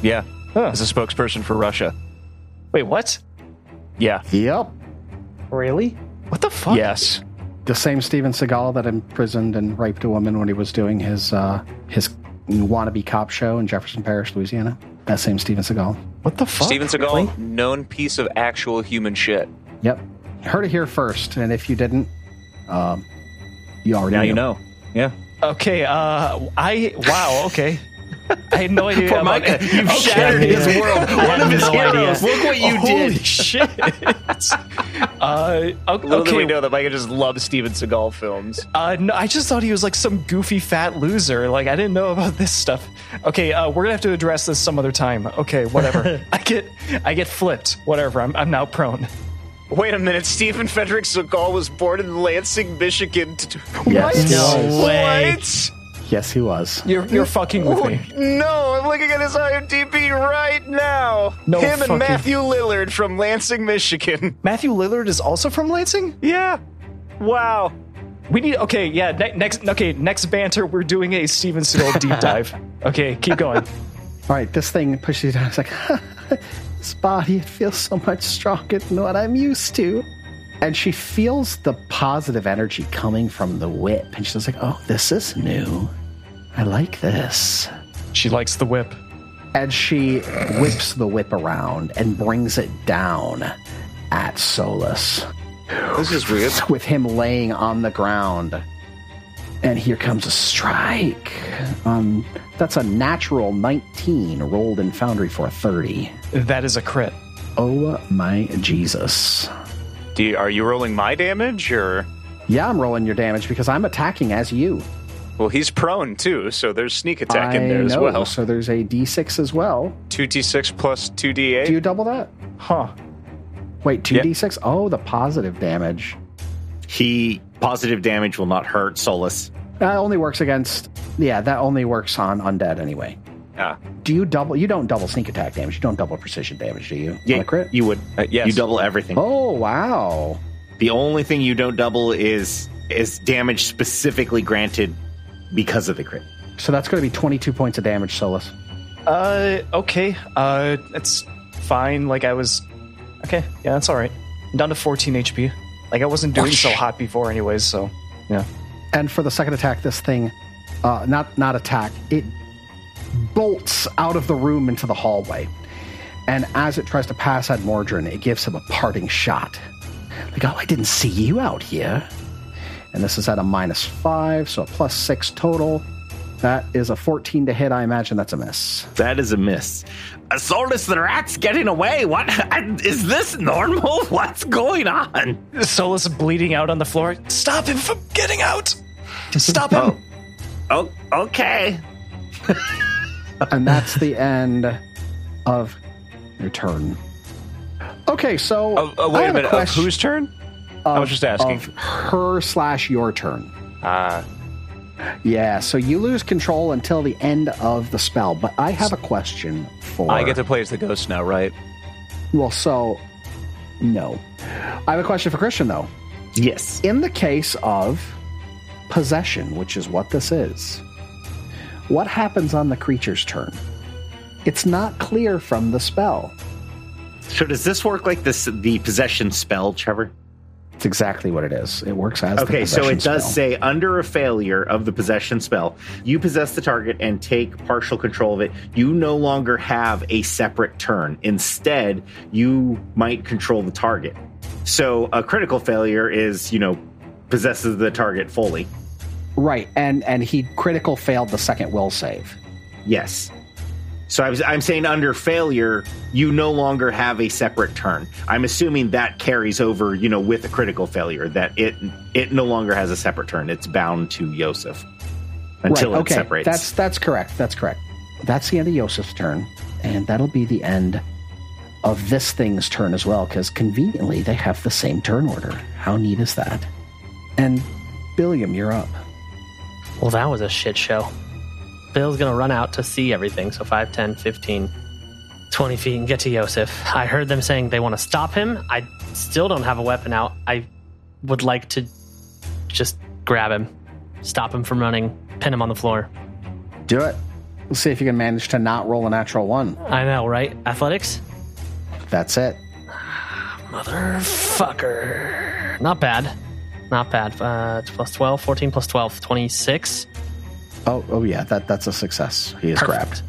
Speaker 7: Yeah,
Speaker 6: Huh.
Speaker 7: as a spokesperson for Russia.
Speaker 6: Wait, what?
Speaker 7: Yeah.
Speaker 2: Yep.
Speaker 4: Really?
Speaker 6: What the fuck?
Speaker 7: Yes.
Speaker 2: the same Steven Seagal that imprisoned and raped a woman when he was doing his uh, his wannabe cop show in Jefferson Parish, Louisiana. That same Steven Seagal.
Speaker 6: What the fuck?
Speaker 7: Steven Seagal, known piece of actual human shit.
Speaker 2: Yep, heard it here first. And if you didn't, um, you already
Speaker 7: Now you know. Yeah.
Speaker 6: Okay, uh, I wow, okay. I had no idea.
Speaker 5: Poor
Speaker 6: about
Speaker 5: Micah,
Speaker 6: it.
Speaker 5: you've shattered his world. One of his
Speaker 6: no
Speaker 5: heroes. Look what you
Speaker 6: Holy
Speaker 5: did.
Speaker 6: shit! uh, o-
Speaker 7: Little did we
Speaker 6: okay,
Speaker 7: know that Micah just loves Steven Seagal films.
Speaker 6: uh, no, I just thought he was like some goofy fat loser. Like I didn't know about this stuff. Okay, uh, we're gonna have to address this some other time. Okay, whatever. I get, I get flipped. Whatever. I'm, I'm now prone.
Speaker 9: Wait a minute, Stephen Frederick Seagal was born in Lansing, Michigan.
Speaker 2: Yes.
Speaker 4: No way.
Speaker 9: What?
Speaker 2: Yes, he was.
Speaker 6: You're you're fucking with me.
Speaker 9: No, I'm looking at his IMDb right now.
Speaker 6: No
Speaker 9: Him
Speaker 6: fucking-
Speaker 9: and Matthew Lillard from Lansing, Michigan.
Speaker 6: Matthew Lillard is also from Lansing.
Speaker 9: Yeah. Wow.
Speaker 6: We need okay, yeah. Ne- next, okay, next banter. We're doing a Steven Seagal deep dive. Okay, keep going.
Speaker 2: All right, this thing pushes you down. It's like, this body, it feels so much stronger than what I'm used to. And she feels the positive energy coming from the whip. And she's like, oh, this is new. I like this.
Speaker 6: She likes the whip.
Speaker 2: And she whips the whip around and brings it down at Solus
Speaker 7: This is weird.
Speaker 2: with him laying on the ground. And here comes a strike. Um, that's a natural 19 rolled in Foundry for a 30.
Speaker 6: That is a crit.
Speaker 2: Oh my Jesus.
Speaker 9: Do you, are you rolling my damage or?
Speaker 2: Yeah, I'm rolling your damage because I'm attacking as you.
Speaker 9: Well, he's prone too, so there's sneak attack
Speaker 2: I
Speaker 9: in there as
Speaker 2: know,
Speaker 9: well.
Speaker 2: So there's a d6 as well.
Speaker 9: Two d six plus two d
Speaker 2: Do you
Speaker 9: eight.
Speaker 2: double that?
Speaker 6: Huh.
Speaker 2: Wait,
Speaker 9: Yeah.
Speaker 2: 2d6? Oh, the positive damage.
Speaker 5: He positive damage will not hurt Solus.
Speaker 2: That only works against. Yeah, that only works on undead anyway.
Speaker 9: Ah.
Speaker 2: Do you double? You don't double sneak attack damage. You don't double precision damage, do you? on
Speaker 5: Yeah,
Speaker 2: a crit?
Speaker 5: you would.
Speaker 7: Uh, yes.
Speaker 5: You double everything.
Speaker 2: Oh, wow.
Speaker 5: The only thing you don't double is is damage specifically granted because of the crit.
Speaker 2: So that's going to be 22 points of damage, Solus.
Speaker 6: Uh, okay. Uh, that's fine. Like I was. Okay, yeah, that's all right. I'm down to 14 HP. Like I wasn't doing so hot before, anyways. So yeah.
Speaker 2: and for the second attack, this thing, uh, not not attack, it bolts out of the room into the hallway, and as it tries to pass at Mordrin, it gives him a parting shot. Like, oh, I didn't see you out here. And this is at a minus five, so a plus six total. That is a 14 to hit. I imagine that's a miss.
Speaker 5: That is a miss. Uh, Solus, the rat's getting away. What is this normal? What's going on?
Speaker 6: Solus bleeding out on the floor. Stop him from getting out. Stop him.
Speaker 5: Oh, okay.
Speaker 2: and that's the end of your turn. Okay, so
Speaker 7: Oh, oh, wait
Speaker 2: I
Speaker 7: a
Speaker 2: have
Speaker 7: minute. Of
Speaker 2: question
Speaker 7: whose turn? I was just asking.
Speaker 2: of her slash your turn.
Speaker 7: Ah,
Speaker 2: Yeah, so you lose control until the end of the spell. But I have a question for.
Speaker 7: I get to play as the ghost now, right?
Speaker 2: Well, so. No. I have a question for Christian, though.
Speaker 5: Yes.
Speaker 2: In the case of possession, which is what this is, what happens on the creature's turn? It's not clear from the spell.
Speaker 5: So does this work like this? The possession spell, Trevor.
Speaker 2: It's exactly what it is. It works as the
Speaker 5: Okay, so
Speaker 2: possession
Speaker 5: it does
Speaker 2: spell.
Speaker 5: say under a failure of the possession spell, you possess the target and take partial control of it. You no longer have a separate turn. Instead, you might control the target. So a critical failure is, you know, possesses the target fully.
Speaker 2: right, and and he critical failed the second will save.
Speaker 5: Yes. So I was, I'm saying under failure, you no longer have a separate turn. I'm assuming that carries over, you know, with a critical failure that it it no longer has a separate turn. It's bound to Yosef until
Speaker 2: right,
Speaker 5: it
Speaker 2: okay.
Speaker 5: separates.
Speaker 2: That's that's correct. That's correct. That's the end of Yosef's turn, and that'll be the end of this thing's turn as well, because conveniently they have the same turn order. How neat is that? And Billiam, you're up.
Speaker 4: Well, that was a shit show. Bill's going to run out to see everything. So 5, 10, 15, 20 feet and get to Yosef. I heard them saying they want to stop him. I still don't have a weapon out. I would like to just grab him, stop him from running, pin him on the floor.
Speaker 2: Do it. We'll see if you can manage to not roll a natural one.
Speaker 4: I know, right? Athletics?
Speaker 2: That's it.
Speaker 4: Motherfucker. Not bad. Not bad. Uh, it's plus 12, 14 plus 12, 26.
Speaker 2: Oh, oh yeah, that that's a success. He is grabbed.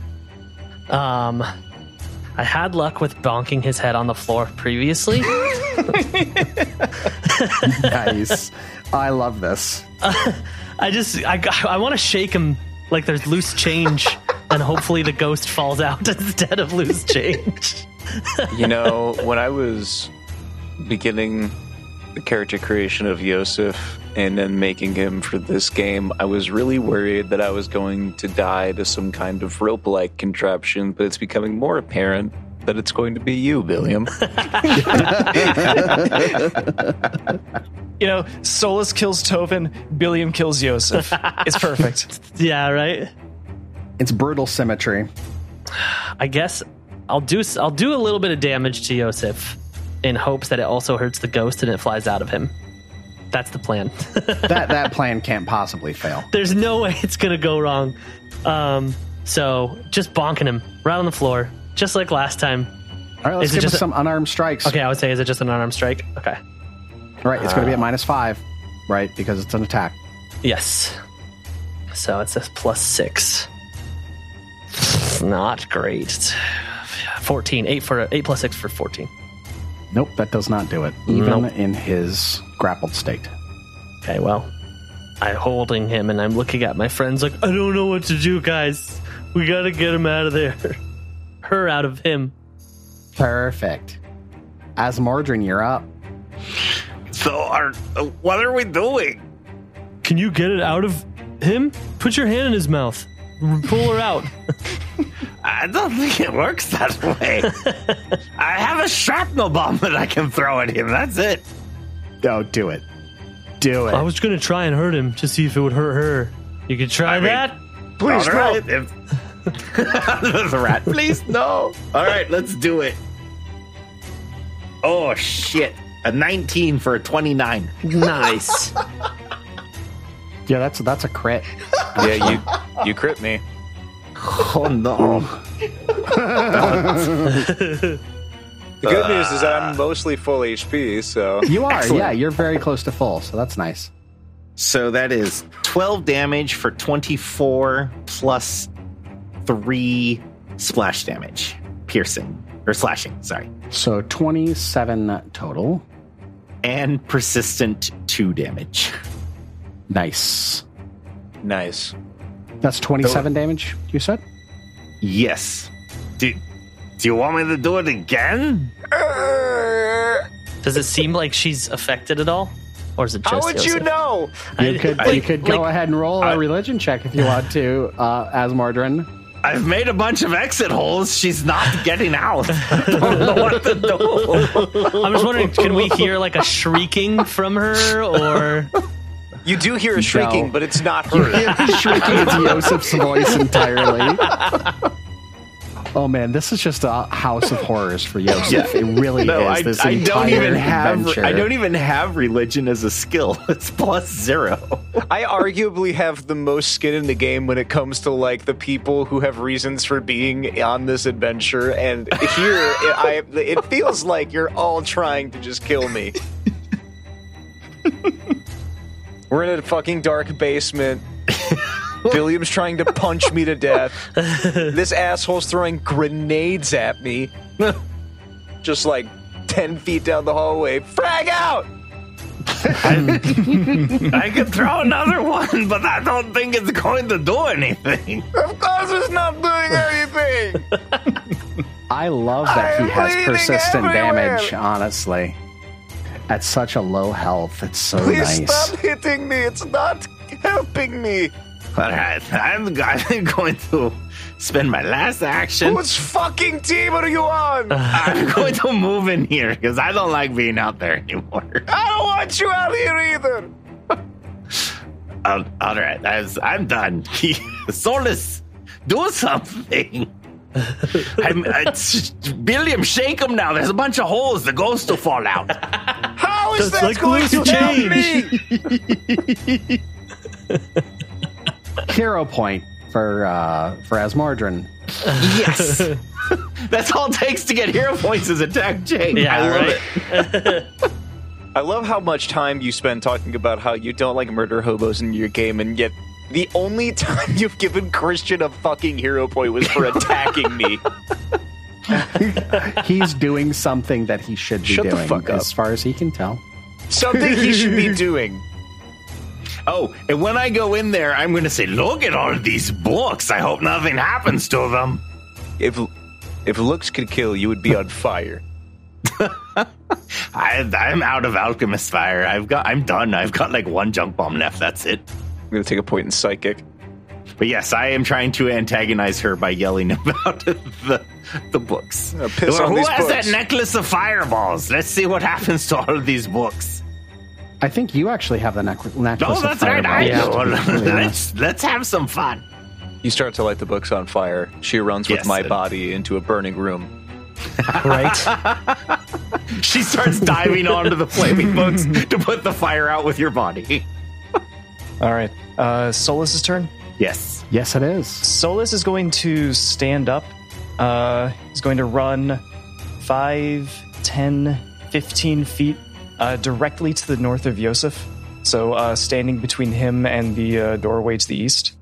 Speaker 4: Um, I had luck with bonking his head on the floor previously.
Speaker 2: nice. I love this.
Speaker 4: I just I I want to shake him like there's loose change, and hopefully the ghost falls out instead of loose change.
Speaker 7: You know, when I was beginning the character creation of Yosef and then making him for this game, I was really worried that I was going to die to some kind of rope like contraption, but it's becoming more apparent
Speaker 12: that it's going to be you, William.
Speaker 6: You know, Solus kills Tovin, Billiam kills Yosef. it's perfect.
Speaker 4: Yeah, right.
Speaker 2: It's brutal symmetry.
Speaker 4: I guess I'll do s- I'll do a little bit of damage to Yosef in hopes that it also hurts the ghost and it flies out of him. That's the plan.
Speaker 2: That that plan can't possibly fail.
Speaker 4: There's no way it's gonna go wrong. Um, so just bonking him right on the floor, just like last time.
Speaker 2: All right, let's
Speaker 4: Is it
Speaker 2: give us
Speaker 4: just a-
Speaker 2: some unarmed strikes.
Speaker 4: Okay, I would say is it just an unarmed strike? Okay.
Speaker 2: All right, it's going to be at minus five, right? Because it's an attack.
Speaker 4: Yes. So it says plus six. Not great. It's 14. Eight for eight plus six for 14.
Speaker 2: Nope, that does not do it. Even in his grappled state.
Speaker 4: Okay, well, I'm holding him and I'm looking at my friends like, I don't know what to do, guys. We gotta get him out of there. Her out of him.
Speaker 2: Perfect. As Mordrin, you're up.
Speaker 5: So, are uh, what are we doing?
Speaker 11: Can you get it out of him? Put your hand in his mouth. R- Pull her out.
Speaker 5: I don't think it works that way. I have a shrapnel bomb that I can throw at him. That's it.
Speaker 2: Oh, do it. Do it.
Speaker 11: I was gonna try and hurt him to see if it would hurt her. You could try
Speaker 5: mean-
Speaker 11: that.
Speaker 5: Please no. the rat. Please no. All right, let's do it. Oh shit! A 19 for a 29.
Speaker 4: Nice.
Speaker 2: Yeah, that's that's a crit.
Speaker 12: yeah, you you crit me.
Speaker 5: Oh no.
Speaker 3: The good news is that I'm mostly full HP, so
Speaker 2: You are. Yeah, you're very close to full, so that's nice.
Speaker 5: So that is 12 damage for 24 plus 3 splash damage. Piercing. Or slashing, sorry.
Speaker 2: So 27 total.
Speaker 5: And persistent 2 damage.
Speaker 2: Nice.
Speaker 12: Nice.
Speaker 2: That's 27 damage, you said?
Speaker 5: Yes. Do, do you want me to do it again?
Speaker 4: Does it seem like she's affected at all? Or is it just
Speaker 3: how would you
Speaker 4: Yosef?
Speaker 3: know?
Speaker 2: You could you
Speaker 4: like-
Speaker 2: could go
Speaker 4: like-
Speaker 2: ahead and roll a religion check if you want to, uh, as Mordrin.
Speaker 5: I've made a bunch of exit holes. She's not getting out. I don't know what to do.
Speaker 4: I'm just wondering, can we hear like a shrieking from her or
Speaker 3: You do hear a shrieking, but it's not her.
Speaker 2: Shrieking it's Yosef's voice entirely. Oh man, this is just a house of horrors for Yosef. It really
Speaker 5: No,
Speaker 2: is.
Speaker 5: I,
Speaker 2: this
Speaker 5: I don't
Speaker 2: entire
Speaker 5: even have
Speaker 2: adventure.
Speaker 5: I don't even have religion as a skill. It's plus 0.
Speaker 3: I arguably have the most skin in the game when it comes to like the people who have reasons for being on this adventure, and here it, I it feels like you're all trying to just kill me. We're in a fucking dark basement. William's trying to punch me to death. This asshole's throwing grenades at me. Just like 10 feet down the hallway. Frag out!
Speaker 5: I could throw another one, but I don't think it's going to do anything.
Speaker 3: Of course it's not doing anything!
Speaker 2: I love that
Speaker 3: I
Speaker 2: he
Speaker 3: am
Speaker 2: has
Speaker 3: bleeding
Speaker 2: persistent
Speaker 3: everywhere.
Speaker 2: damage, honestly. At such a low health, it's so
Speaker 3: Please
Speaker 2: nice.
Speaker 3: stop hitting me. It's not helping me.
Speaker 5: All right, I'm, go- I'm going to spend my last action.
Speaker 3: Whose fucking team are you on? I
Speaker 5: I'm going to move in here because I don't like being out there anymore.
Speaker 3: don't want you out here either.
Speaker 5: All- all right, I was, I'm done. Solus, do something. I'm, it's, William, shake him now. There's a bunch of holes. The ghost will fall out.
Speaker 3: How is
Speaker 11: That's like
Speaker 3: that going to
Speaker 11: loose
Speaker 3: help
Speaker 11: change.
Speaker 3: me?
Speaker 2: Hero point for uh, for Asmordran.
Speaker 5: Yes. That's all it takes to get hero points is attack Jake.
Speaker 4: Yeah,
Speaker 5: I love
Speaker 4: right.
Speaker 5: it.
Speaker 3: I love how much time you spend talking about how you don't like murder hobos in your game, and yet the only time you've given Christian a fucking hero point was for attacking me.
Speaker 2: He's doing something that he should be
Speaker 3: Shut the
Speaker 2: doing,
Speaker 3: fuck up.
Speaker 2: as far as he can tell.
Speaker 3: Something he should be doing.
Speaker 5: Oh, and when I go in there, I'm going to say, look at all these books. I hope nothing happens to them.
Speaker 12: If if looks could kill, you would be on fire.
Speaker 5: I, I'm out of alchemist fire. I've got, I'm done. I've got like one junk bomb left. That's it.
Speaker 12: I'm gonna take a point in psychic.
Speaker 5: But yes, I am trying to antagonize her by yelling about the the books.
Speaker 12: Uh,
Speaker 8: piss
Speaker 5: Who
Speaker 8: on these
Speaker 5: has
Speaker 8: books.
Speaker 5: that necklace of fireballs? Let's see what happens to all of these books.
Speaker 2: I think you actually have the necklace. necklace
Speaker 5: Oh,
Speaker 2: of
Speaker 5: that's right. I
Speaker 2: fireballs,
Speaker 5: know.
Speaker 2: to be completely honest.
Speaker 5: let's let's have some fun.
Speaker 9: You start to light the books on fire. She runs with
Speaker 5: Yes,
Speaker 9: my
Speaker 5: and-
Speaker 9: body into a burning room.
Speaker 6: Right?
Speaker 5: She starts diving onto the flaming books to put the fire out with your body.
Speaker 6: All right. Uh, Solus' turn.
Speaker 5: Yes.
Speaker 2: Yes, it is.
Speaker 6: Solus is going to stand up. Uh, he's going to run 5, 10, 15 feet uh, directly to the north of Yosef. So uh, standing between him and the uh, doorway to the east.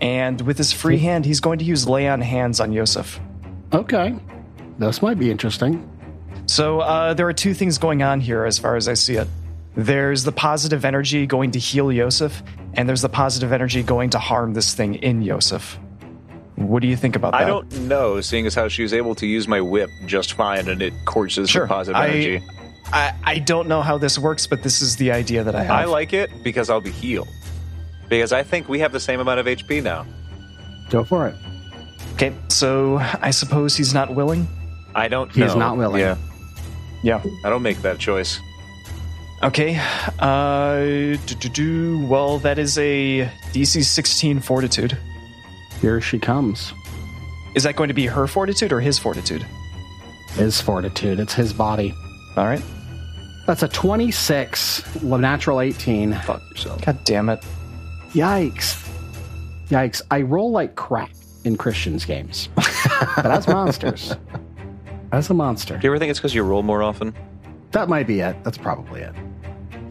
Speaker 6: And with his free hand, he's going to use lay on hands on Yosef.
Speaker 2: Okay. This might be interesting.
Speaker 6: So uh, there are two things going on here as far as I see it. There's the positive energy going to heal Yosef, and there's the positive energy going to harm this thing in Yosef. What do you think about that?
Speaker 9: I don't know, seeing as how she was able to use my whip just fine and it courses her positive
Speaker 6: I,
Speaker 9: energy.
Speaker 6: I, I don't know how this works, but this is the idea that I have.
Speaker 9: I like it because I'll be healed. Because I think we have the same amount of HP now.
Speaker 2: Go for it.
Speaker 6: okay, so I suppose he's not willing.
Speaker 9: I don't
Speaker 2: He's
Speaker 9: know.
Speaker 2: not willing.
Speaker 9: Yeah.
Speaker 6: Yeah.
Speaker 9: I don't make that choice.
Speaker 6: Okay. Uh, do, do, do. Well, that is a DC 16 fortitude.
Speaker 2: Here she comes.
Speaker 6: Is that going to be her fortitude or his fortitude?
Speaker 2: His fortitude. It's his body.
Speaker 6: All right.
Speaker 2: That's a 26, natural 18.
Speaker 9: Fuck yourself.
Speaker 6: God damn it.
Speaker 2: Yikes. Yikes. I roll like crap in Christian's games. but as monsters, as a monster,
Speaker 9: Do you ever think it's because you roll more often?
Speaker 2: that might be it. That's probably it.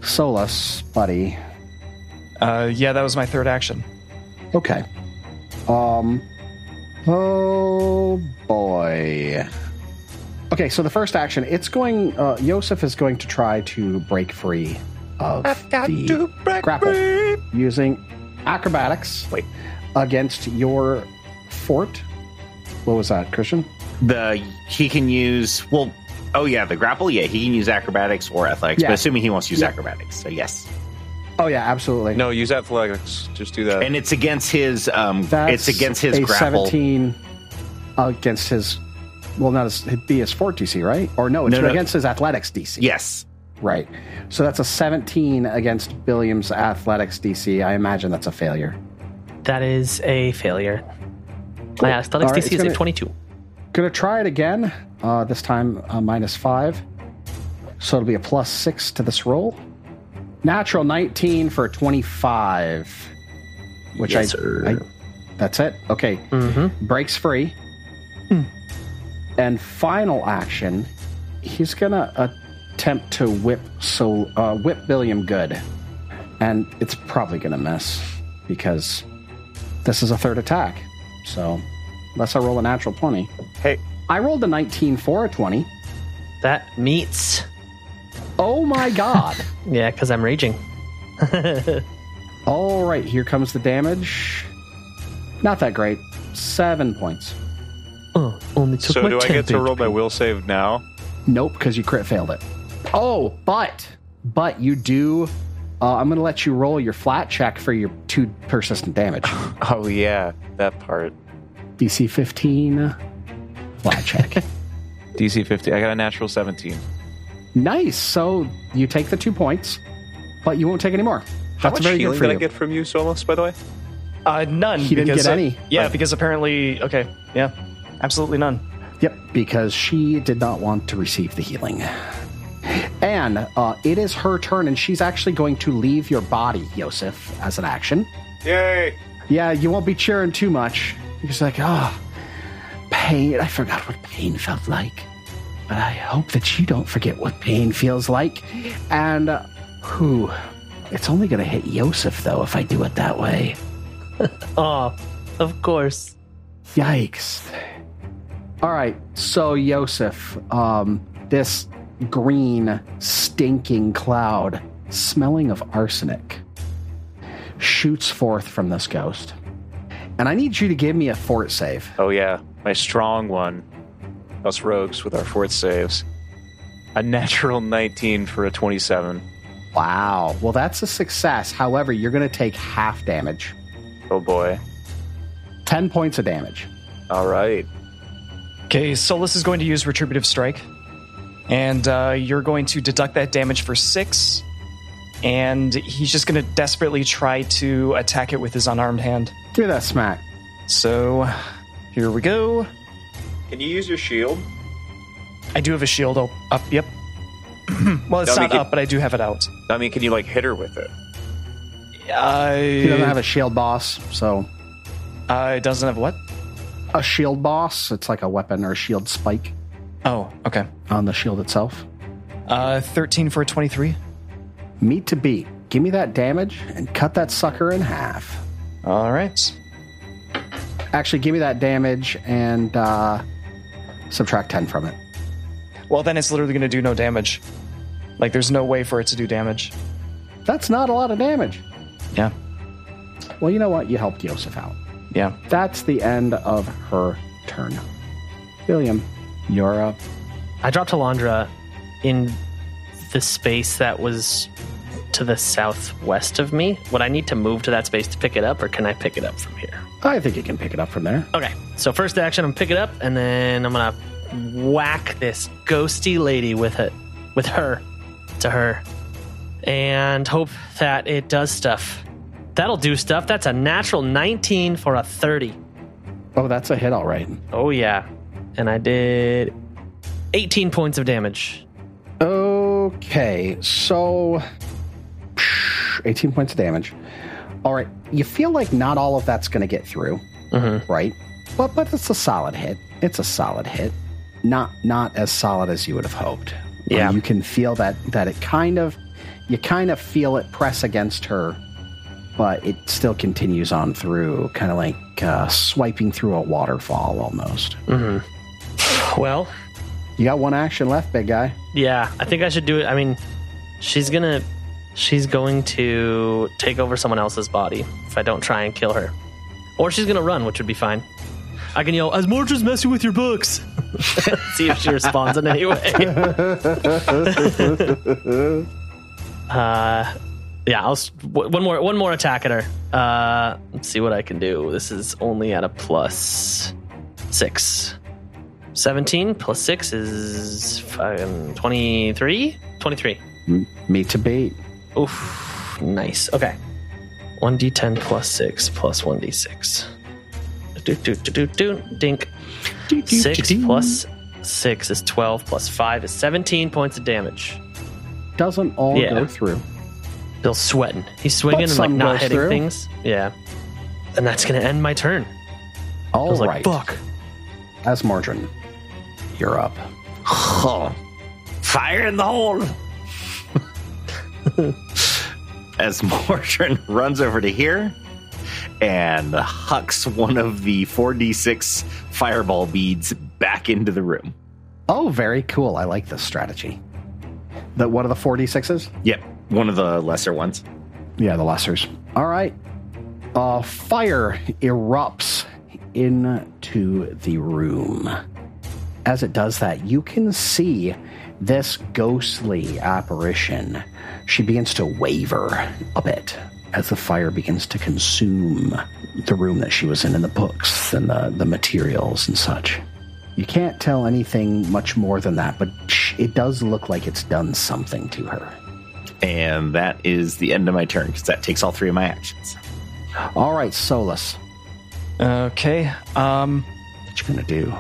Speaker 2: Solus, buddy.
Speaker 6: Uh, yeah, that was my third action.
Speaker 2: Okay. Um. Oh boy. Okay, so the first action, it's going. Uh, Yosef is going to try to break free of the grapple using acrobatics
Speaker 5: Wait.
Speaker 2: against your fort. What was that, Christian?
Speaker 5: The he can use well. Oh yeah, the grapple. Yeah, he can use acrobatics or athletics.
Speaker 2: Yeah.
Speaker 5: But assuming he wants to use
Speaker 2: Yeah.
Speaker 5: acrobatics, so yes.
Speaker 2: Oh yeah, absolutely.
Speaker 9: No, use athletics. Just do that.
Speaker 5: And it's against his. Um,
Speaker 2: That's
Speaker 5: it's against his
Speaker 2: a
Speaker 5: grapple.
Speaker 2: seventeen against his. Well, not his. It'd be his fort DC, right? Or no, it's
Speaker 5: No, no.
Speaker 2: against his athletics DC.
Speaker 5: Yes.
Speaker 2: Right. So that's a 17 against Williams Athletics DC. I imagine that's a failure.
Speaker 4: That is a failure. My athletics
Speaker 2: All right,
Speaker 4: DC
Speaker 2: it's
Speaker 4: is
Speaker 2: gonna-
Speaker 4: a 22.
Speaker 2: Gonna try it again. Uh, this time uh, minus five. So it'll be a plus six to this roll. Natural 19 for a 25. Which I, I. That's it. Okay. Breaks free. And final action. He's gonna attempt to whip so uh, whip Billiam good, and it's probably gonna miss because this is a third attack. So unless I roll a natural twenty,
Speaker 9: Hey.
Speaker 2: I rolled a nineteen for a twenty.
Speaker 4: That meets.
Speaker 2: Oh my god!
Speaker 4: Yeah, because I'm raging.
Speaker 2: All right, here comes the damage. Not that great. Seven points.
Speaker 4: Oh, only took
Speaker 9: so
Speaker 4: my
Speaker 9: do I get to
Speaker 4: temp
Speaker 9: roll my
Speaker 4: HP.
Speaker 9: will save now?
Speaker 2: Nope, because you crit failed it. Oh, but but you do. Uh, I'm going to let you roll your flat check for your two persistent damage.
Speaker 9: Oh yeah, that part.
Speaker 2: DC 15 flat check.
Speaker 9: DC 50. I got a natural 17.
Speaker 2: nice. So you take the two points, but you won't take any more.
Speaker 9: How
Speaker 2: That's
Speaker 9: much
Speaker 2: very good
Speaker 9: healing
Speaker 2: for
Speaker 9: did I
Speaker 2: you.
Speaker 9: get from you, Solos, by the way?
Speaker 6: Uh, none.
Speaker 2: He didn't
Speaker 6: because,
Speaker 2: get
Speaker 6: uh,
Speaker 2: any.
Speaker 6: yeah, because apparently, okay, yeah, absolutely none.
Speaker 2: Yep, because she did not want to receive the healing. And uh, it is her turn, and she's actually going to leave your body, Yosef, as an action.
Speaker 9: Yay!
Speaker 2: Yeah, you won't be cheering too much. You're just like, ah, pain. I forgot what pain felt like. But I hope that you don't forget what pain feels like. And uh, who? It's only going to hit Yosef, though, if I do it that way.
Speaker 4: Oh, of course.
Speaker 2: Yikes. All right, so Yosef, um, this green, stinking cloud, smelling of arsenic, shoots forth from this ghost. And I need you to give me a fort save.
Speaker 9: Oh yeah, my strong one. Us rogues with our fourth saves. A natural 19 for a 27.
Speaker 2: Wow. Well, that's a success. However, you're going to take half damage.
Speaker 9: Oh boy.
Speaker 2: 10 points of damage.
Speaker 9: All right.
Speaker 6: Okay, Solus is going to use Retributive Strike, and uh, you're going to deduct that damage for six, and he's just going to desperately try to attack it with his unarmed hand.
Speaker 2: Give me that smack.
Speaker 6: So here we go.
Speaker 9: Can you use your shield?
Speaker 6: I do have a shield up. up yep. well, it's
Speaker 9: That'll
Speaker 6: not
Speaker 9: make it-
Speaker 6: up, but I do have it out.
Speaker 9: I mean, can you like hit her with it?
Speaker 2: He doesn't
Speaker 6: I,
Speaker 2: have a shield boss, so
Speaker 6: I doesn't have what?
Speaker 2: a shield boss, it's like a weapon or a shield spike
Speaker 6: Oh, okay.
Speaker 2: on the shield itself.
Speaker 6: Uh, 13 for a 23.
Speaker 2: Meat to beat. Give me that damage and cut that sucker in half.
Speaker 6: All right.
Speaker 2: Actually, give me that damage and uh, subtract 10 from it.
Speaker 6: Well, then it's literally going to do no damage. Like, there's no way for it to do damage.
Speaker 2: That's not a lot of damage.
Speaker 6: Yeah.
Speaker 2: Well, you know what? You helped Yosef out.
Speaker 6: Yeah.
Speaker 2: That's the end of her turn. William, you're up.
Speaker 4: I dropped Alondra in the space that was to the southwest of me. Would I need to move to that space to pick it up, or can I pick it up from here?
Speaker 2: I think you can pick it up from there.
Speaker 4: Okay, so first action, I'm pick it up, and then I'm gonna whack this ghosty lady with it, with her, to her, and hope that it does stuff. That'll do stuff. That's a natural 19 for a 30.
Speaker 2: Oh, that's a hit, all right.
Speaker 4: Oh yeah, and I did 18 points of damage.
Speaker 2: Okay, so 18 points of damage. All right, you feel like not all of that's going to get through,
Speaker 4: Mm-hmm.
Speaker 2: right? But but it's a solid hit. It's a solid hit. Not not as solid as you would have hoped.
Speaker 4: Yeah.
Speaker 2: Um, you can feel that that it kind of you kind of feel it press against her, but it still continues on through, kind of like uh, swiping through a waterfall almost.
Speaker 4: Mm-hmm. Well,
Speaker 2: You got one action left, big guy.
Speaker 4: Yeah, I think I should do it. I mean, she's gonna, she's going to take over someone else's body if I don't try and kill her, or she's gonna run, which would be fine. I can yell, "As Mordra's messing with your books," see if she responds in any way. uh, yeah, I'll s- w- one more one more attack at her. Uh, let's see what I can do. This is only at a plus six. 17 plus 6 is um, fucking 23 23
Speaker 2: Me to beat.
Speaker 4: oof nice okay 1d10 plus 6 plus 1d6 do, do, do, do, do, dink 6 plus 6 is 12 plus 5 is 17 points of damage
Speaker 2: Doesn't all
Speaker 4: Yeah.
Speaker 2: go through.
Speaker 4: bill's sweating he's swinging and like
Speaker 2: some
Speaker 4: not
Speaker 2: goes
Speaker 4: hitting
Speaker 2: through.
Speaker 4: things yeah and that's gonna end my turn i
Speaker 2: All
Speaker 4: was
Speaker 2: right.
Speaker 4: like fuck
Speaker 2: As Mordrin, you're up.
Speaker 5: Fire in the hole. As Mordrin runs over to here and hucks one of the 4d6 fireball beads back into the room.
Speaker 2: Oh, very cool. I like this strategy. The what are the 4d6s?
Speaker 5: Yep, one of the lesser ones.
Speaker 2: Yeah, the lessers. All right. Uh, fire erupts into the room. As it does that, you can see this ghostly apparition. She begins to waver a bit as the fire begins to consume the room that she was in and the books and the, the materials and such. You can't tell anything much more than that, but sh- it does look like it's done something to her.
Speaker 5: And that is the end of my turn because that takes all three of my actions.
Speaker 2: All right, Solus.
Speaker 6: Okay. Um,
Speaker 2: What you gonna do?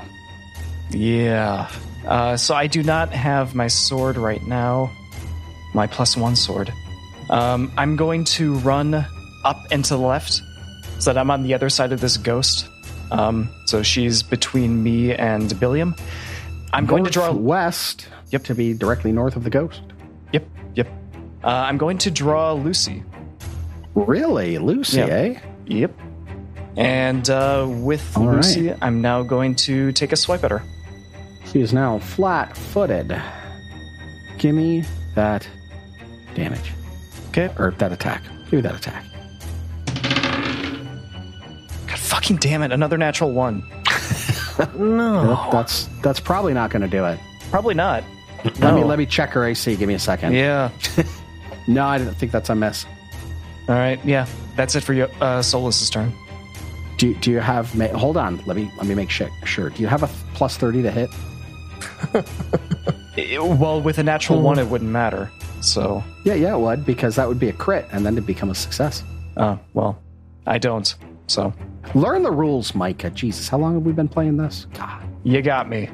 Speaker 6: Yeah. Uh, so I do not have my sword right now, my plus one sword. Um, I'm going to run up and to the left so that I'm on the other side of this ghost. Um, so she's between me and Billiam. I'm going to draw.
Speaker 2: west. Yep, to be directly north of the ghost.
Speaker 6: Yep, yep. Uh, I'm going to draw Lucy.
Speaker 2: Really, Lucy?
Speaker 6: Yeah.
Speaker 2: Eh?
Speaker 6: Yep. And uh, with
Speaker 2: All right.
Speaker 6: Lucy, I'm now going to take a swipe at her.
Speaker 2: She is now flat-footed. Give me that damage
Speaker 6: Okay.
Speaker 2: or that attack. Give me that attack.
Speaker 6: God fucking damn it! Another natural one.
Speaker 2: Yep, that's that's probably not going to do it.
Speaker 6: Probably not.
Speaker 2: Let me
Speaker 6: No.
Speaker 2: let me check her AC. Give me a second.
Speaker 6: Yeah.
Speaker 2: No, I didn't think that's a miss.
Speaker 6: All right, yeah, that's it for your uh, Solus' turn.
Speaker 2: Do, do you have? ma- Hold on. Let me let me make sure. Sure. Do you have a th- plus thirty to hit?
Speaker 6: It- well, with a natural one, it wouldn't matter. So,
Speaker 2: Yeah, yeah, it would because that would be a crit, and then it'd become a success.
Speaker 6: uh, well, I don't. So,
Speaker 2: Learn the rules, Micah. Jesus, how long have we been playing this? God,
Speaker 6: you got me.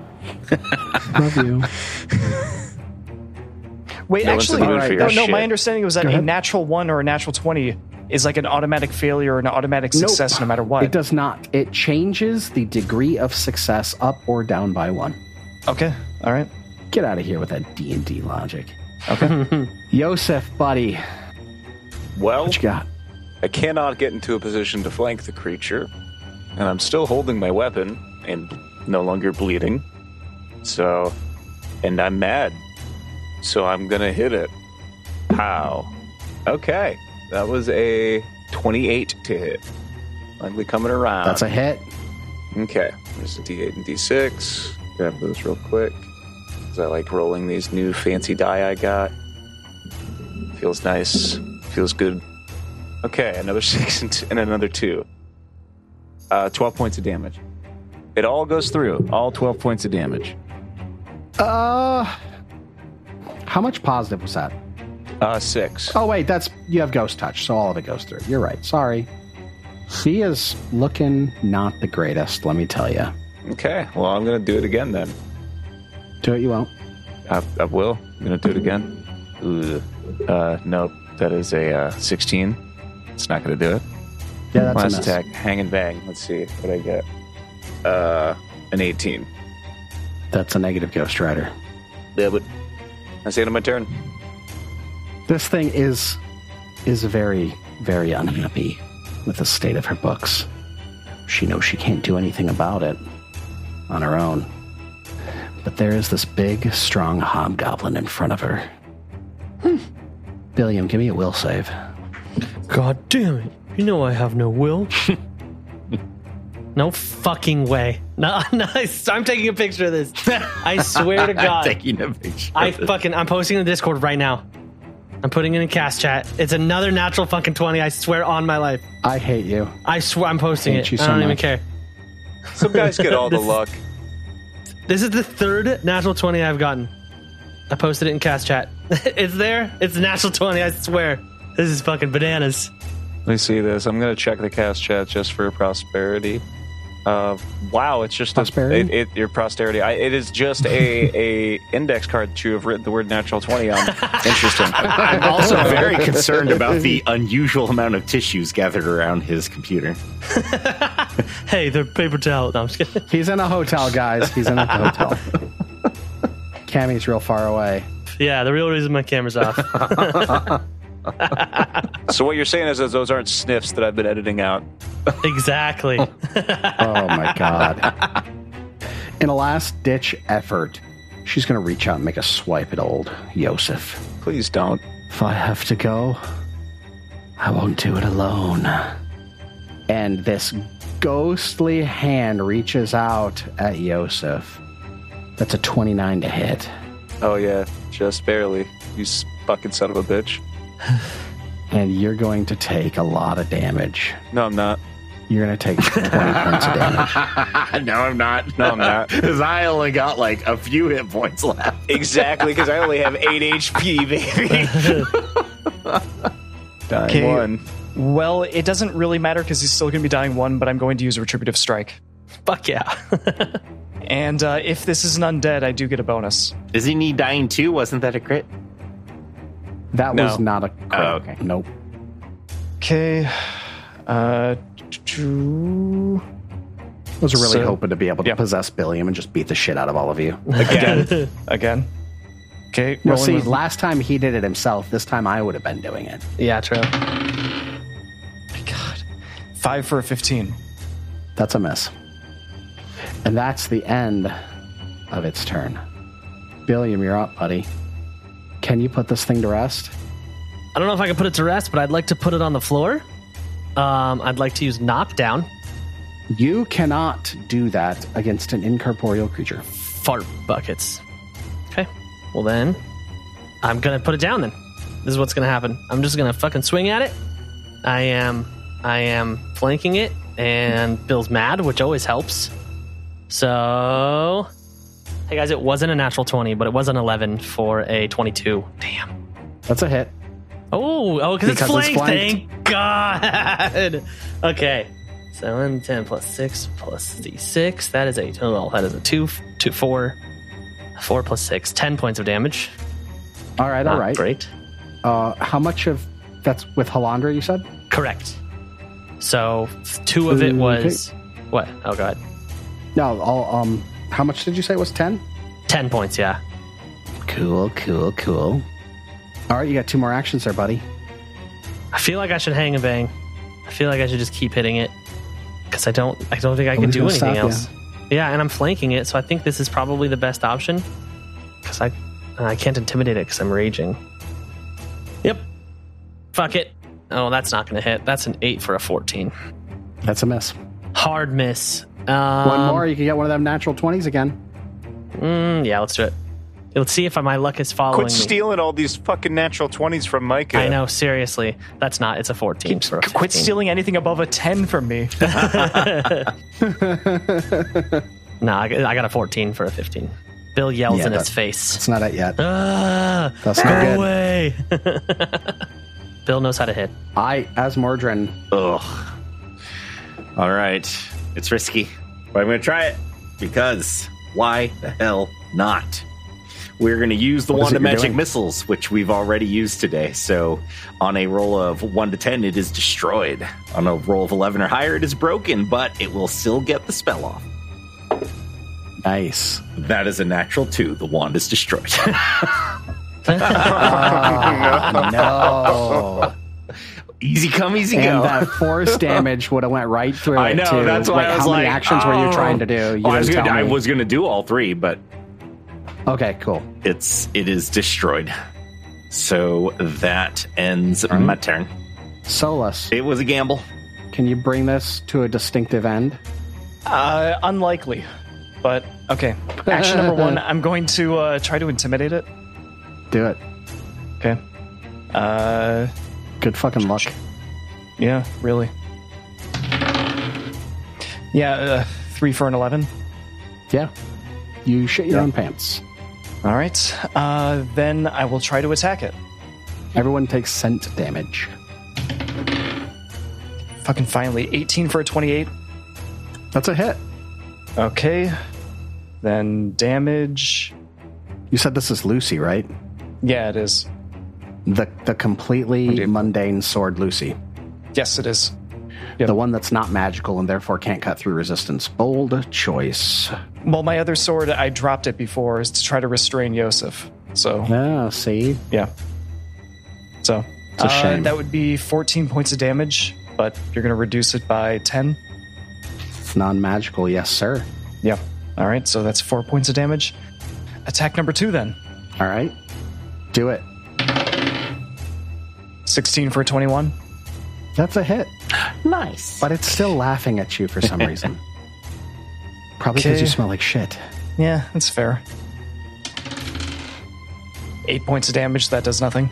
Speaker 2: love you.
Speaker 6: Wait,
Speaker 3: No one's
Speaker 6: actually,
Speaker 3: in the mood for
Speaker 6: no, no.
Speaker 3: your
Speaker 6: My
Speaker 3: shit.
Speaker 6: understanding was that a
Speaker 2: ahead.
Speaker 6: natural one or a natural twenty is like an automatic failure or an automatic
Speaker 2: Nope.
Speaker 6: success, no matter what.
Speaker 2: It does not. It changes the degree of success up or down by one.
Speaker 6: Okay, all right.
Speaker 2: Get out of here with that D and D logic. Okay, Yosef, buddy,
Speaker 3: Well,
Speaker 2: what you got?
Speaker 3: I cannot get into a position to flank the creature, and I'm still holding my weapon and no longer bleeding. So, and I'm mad. So I'm gonna hit it. How? Okay, that was a 28 to hit. Likely coming around.
Speaker 2: That's a hit.
Speaker 3: Okay, there's a D8 and D6. Grab those real quick. Because I like rolling these new fancy die I got. Feels nice. Feels good. Okay, another six and, t- and another two. Uh, 12 points of damage. It all goes through. All 12 points of damage.
Speaker 2: Uh, how much positive was that?
Speaker 3: Uh, six.
Speaker 2: Oh wait, that's you have ghost touch, so all of it goes through. You're right. Sorry. She is looking not the greatest. Let me tell you.
Speaker 3: Okay, well, I'm going to do it again then.
Speaker 2: Do it, you won't.
Speaker 3: I, I will. I'm going to do it again. Ugh. Uh, nope. That is a uh, 16. It's not going to do it.
Speaker 2: Yeah, that's a
Speaker 3: Last
Speaker 2: miss.
Speaker 3: attack, hang and bang. Let's see what I get. Uh, an 18.
Speaker 2: That's a negative Ghost Rider.
Speaker 3: Yeah, but that's the end of my turn.
Speaker 2: This thing is is very, very unhappy with the state of her books. She knows she can't do anything about it on her own. But there is this big, strong hobgoblin in front of her. Hmm. Billiam, give me a will save.
Speaker 11: God damn it. You know I have no will.
Speaker 4: No fucking way. No, no, I'm taking a picture of this. I swear to
Speaker 5: I'm
Speaker 4: God.
Speaker 5: taking a picture.
Speaker 4: I
Speaker 5: of this.
Speaker 4: fucking, I'm posting in the Discord right now. I'm putting it in cast chat. It's another natural fucking 20. I swear on my life.
Speaker 2: I hate you.
Speaker 4: I swear I'm posting
Speaker 2: Thank
Speaker 4: it.
Speaker 2: you so
Speaker 4: I don't even
Speaker 2: much.
Speaker 4: care.
Speaker 3: Some guys get all the luck.
Speaker 4: This is the third natural 20 I've gotten. I posted it in cast chat. it's there. It's a natural 20. I swear. This is fucking bananas.
Speaker 3: Let me see this. I'm gonna check the cast chat just for prosperity. Uh, wow, it's just
Speaker 2: Prosperity?
Speaker 3: A, it, it, your prosperity. I, it is just a a index card that you have written the word natural twenty on. Interesting.
Speaker 5: I'm also very concerned about the unusual amount of tissues gathered around his computer.
Speaker 4: Hey, they're paper towel. No, I'm just kidding.
Speaker 2: He's in a hotel, guys. He's in a hotel. Cammy's real far away.
Speaker 4: Yeah, the real reason my camera's off.
Speaker 3: so what you're saying is that those aren't sniffs that I've been editing out.
Speaker 4: exactly.
Speaker 2: Oh my god. In a last ditch effort, she's gonna reach out and make a swipe at old Yosef.
Speaker 3: Please don't.
Speaker 2: If I have to go, I won't do it alone. And this ghostly hand reaches out at Yosef. That's a 29 to hit.
Speaker 3: Oh yeah, just barely. You s- fucking son of a bitch.
Speaker 2: And you're going to take a lot of damage.
Speaker 3: No, I'm not.
Speaker 2: You're going to take 20 points of damage.
Speaker 5: no, I'm not.
Speaker 3: No, I'm not.
Speaker 5: Because I only got like a few hit points left.
Speaker 13: Exactly, because I only have eight HP, baby.
Speaker 3: Dying
Speaker 6: Okay.
Speaker 3: one.
Speaker 6: Well, it doesn't really matter because he's still going to be dying one, but I'm going to use a retributive strike.
Speaker 4: Fuck yeah.
Speaker 6: And uh, if this is an undead, I do get a bonus.
Speaker 5: Isn't he dying too? Wasn't that a crit?
Speaker 2: That
Speaker 3: No.
Speaker 2: was not a crit.
Speaker 5: Oh, okay.
Speaker 2: Nope.
Speaker 6: Okay. Uh, two.
Speaker 2: I was really
Speaker 6: So-
Speaker 2: hoping to be able to
Speaker 6: yeah.
Speaker 2: possess Billiam and just beat the shit out of all of you.
Speaker 6: again, again. Okay,
Speaker 2: No,
Speaker 6: rolling
Speaker 2: see,
Speaker 6: with-
Speaker 2: last time he did it himself. This time I would have been doing it.
Speaker 4: yeah, true.
Speaker 6: God, five for a fifteen.
Speaker 2: That's a miss. And that's the end of its turn. Billiam, you're up, buddy. Can you put this thing to rest?
Speaker 4: I don't know if I can put it to rest, but I'd like to put it on the floor. Um, I'd like to use knockdown.
Speaker 2: You cannot do that against an incorporeal creature.
Speaker 4: Fart buckets. Okay. Well then, I'm gonna put it down. Then this is what's gonna happen. I'm just gonna fucking swing at it. I am. I am flanking it. and Bill's mad, which always helps. So, hey guys, it wasn't a natural 20, but it was an 11 for a 22. Damn.
Speaker 2: That's a hit.
Speaker 4: Oh, oh, because it's
Speaker 2: Because it's
Speaker 4: flanked. Thank God. okay. Seven, ten plus six plus d6. That is a well. That is a two, two, four, four plus six. Ten points of damage.
Speaker 2: All right, all
Speaker 4: Not
Speaker 2: right.
Speaker 4: Great.
Speaker 2: Uh, how much of that's with Halandra? You said
Speaker 4: Correct. So two of it was what? Oh god,
Speaker 2: no. I'll, um, how much did you say it was ten?
Speaker 4: ten points. Yeah.
Speaker 5: Cool, cool, cool.
Speaker 2: All right, you got two more actions there, buddy.
Speaker 4: I feel like I should hang and bang. I feel like I should just keep hitting it because I don't. I don't think I can
Speaker 2: he's
Speaker 4: do
Speaker 2: gonna
Speaker 4: anything
Speaker 2: Oh, stop,
Speaker 4: else. Yeah. and I'm flanking it, so I think this is probably the best option because I I can't intimidate it because I'm raging. Yep. Fuck it. Oh, that's not going to hit. That's an eight for a fourteen.
Speaker 2: That's a miss.
Speaker 4: Hard miss. Um,
Speaker 2: One more, you can get one of them natural twenties again.
Speaker 4: mm, yeah, let's do it. Let's see if my luck is following
Speaker 9: Quit
Speaker 4: me.
Speaker 9: stealing all these fucking natural 20s from Micah.
Speaker 4: I know, seriously. That's not. It's a 14. for a
Speaker 6: Quit
Speaker 4: 15.
Speaker 6: stealing anything above a 10 from me.
Speaker 4: No, I, I got a 14 for a 15. Bill yells
Speaker 2: Yeah,
Speaker 4: in
Speaker 2: that-
Speaker 4: his face.
Speaker 2: It's not it yet.
Speaker 4: Ah,
Speaker 2: That's not good.
Speaker 4: away. Bill knows how to hit.
Speaker 2: I, as Mordrin,
Speaker 5: Ugh. All right. It's risky, but I'm going to try it because why the hell not? We're going to use the
Speaker 2: What is it
Speaker 5: wand of
Speaker 2: you're
Speaker 5: magic
Speaker 2: doing?
Speaker 5: missiles, which we've already used today. So on a roll of 1 to 10, it is destroyed. On a roll of 11 or higher, it is broken, but it will still get the spell off.
Speaker 2: nice.
Speaker 5: That is a natural 2. The wand is destroyed.
Speaker 2: no.
Speaker 5: easy come, easy
Speaker 2: And
Speaker 5: go.
Speaker 2: that force damage would have went right through
Speaker 5: I
Speaker 2: it,
Speaker 5: know.
Speaker 2: too.
Speaker 5: That's why
Speaker 2: Like,
Speaker 5: I was
Speaker 2: how
Speaker 5: like,
Speaker 2: many actions were
Speaker 5: oh.
Speaker 2: you trying to do? You
Speaker 5: Oh, I was
Speaker 2: didn't
Speaker 5: gonna-
Speaker 2: tell
Speaker 5: I
Speaker 2: me.
Speaker 5: was going to do all three, but
Speaker 2: Okay, cool.
Speaker 5: it's it is destroyed. So that ends my turn.
Speaker 2: Solus,
Speaker 5: It was a gamble.
Speaker 2: can you bring this to a distinctive end?
Speaker 6: Uh, unlikely, but okay. Action number one, I'm going to uh, try to intimidate it.
Speaker 2: Do it.
Speaker 6: Okay. Uh,
Speaker 2: Good fucking luck.
Speaker 6: yeah, really. Yeah, uh, three for an 11.
Speaker 2: Yeah. You shit your own pants.
Speaker 6: All right. Uh, then I will try to attack it.
Speaker 2: Everyone takes scent damage.
Speaker 6: Fucking finally, 18 for a 28.
Speaker 2: That's a hit.
Speaker 6: Okay. Then damage.
Speaker 2: You said this is Lucy, right?
Speaker 6: Yeah, it is.
Speaker 2: The the completely
Speaker 6: Indeed.
Speaker 2: mundane sword Lucy.
Speaker 6: Yes, it is.
Speaker 2: The one that's not magical and therefore can't cut through resistance. Bold choice.
Speaker 6: Well, my other sword, I dropped it before, is to try to restrain Yosef. So,
Speaker 2: Ah, see?
Speaker 6: yeah. So,
Speaker 2: It's a shame.
Speaker 6: Uh, that would be 14 points of damage, but you're going to reduce it by 10.
Speaker 2: It's non magical, yes, sir.
Speaker 6: Yeah. All right. So that's four points of damage. Attack number two, then.
Speaker 2: All right. Do it.
Speaker 6: 16 for a 21.
Speaker 2: That's a hit. Nice. But it's still laughing at you for some reason. Probably because
Speaker 6: Okay.
Speaker 2: you smell like shit.
Speaker 6: Yeah, that's fair. Eight points of damage. That does nothing.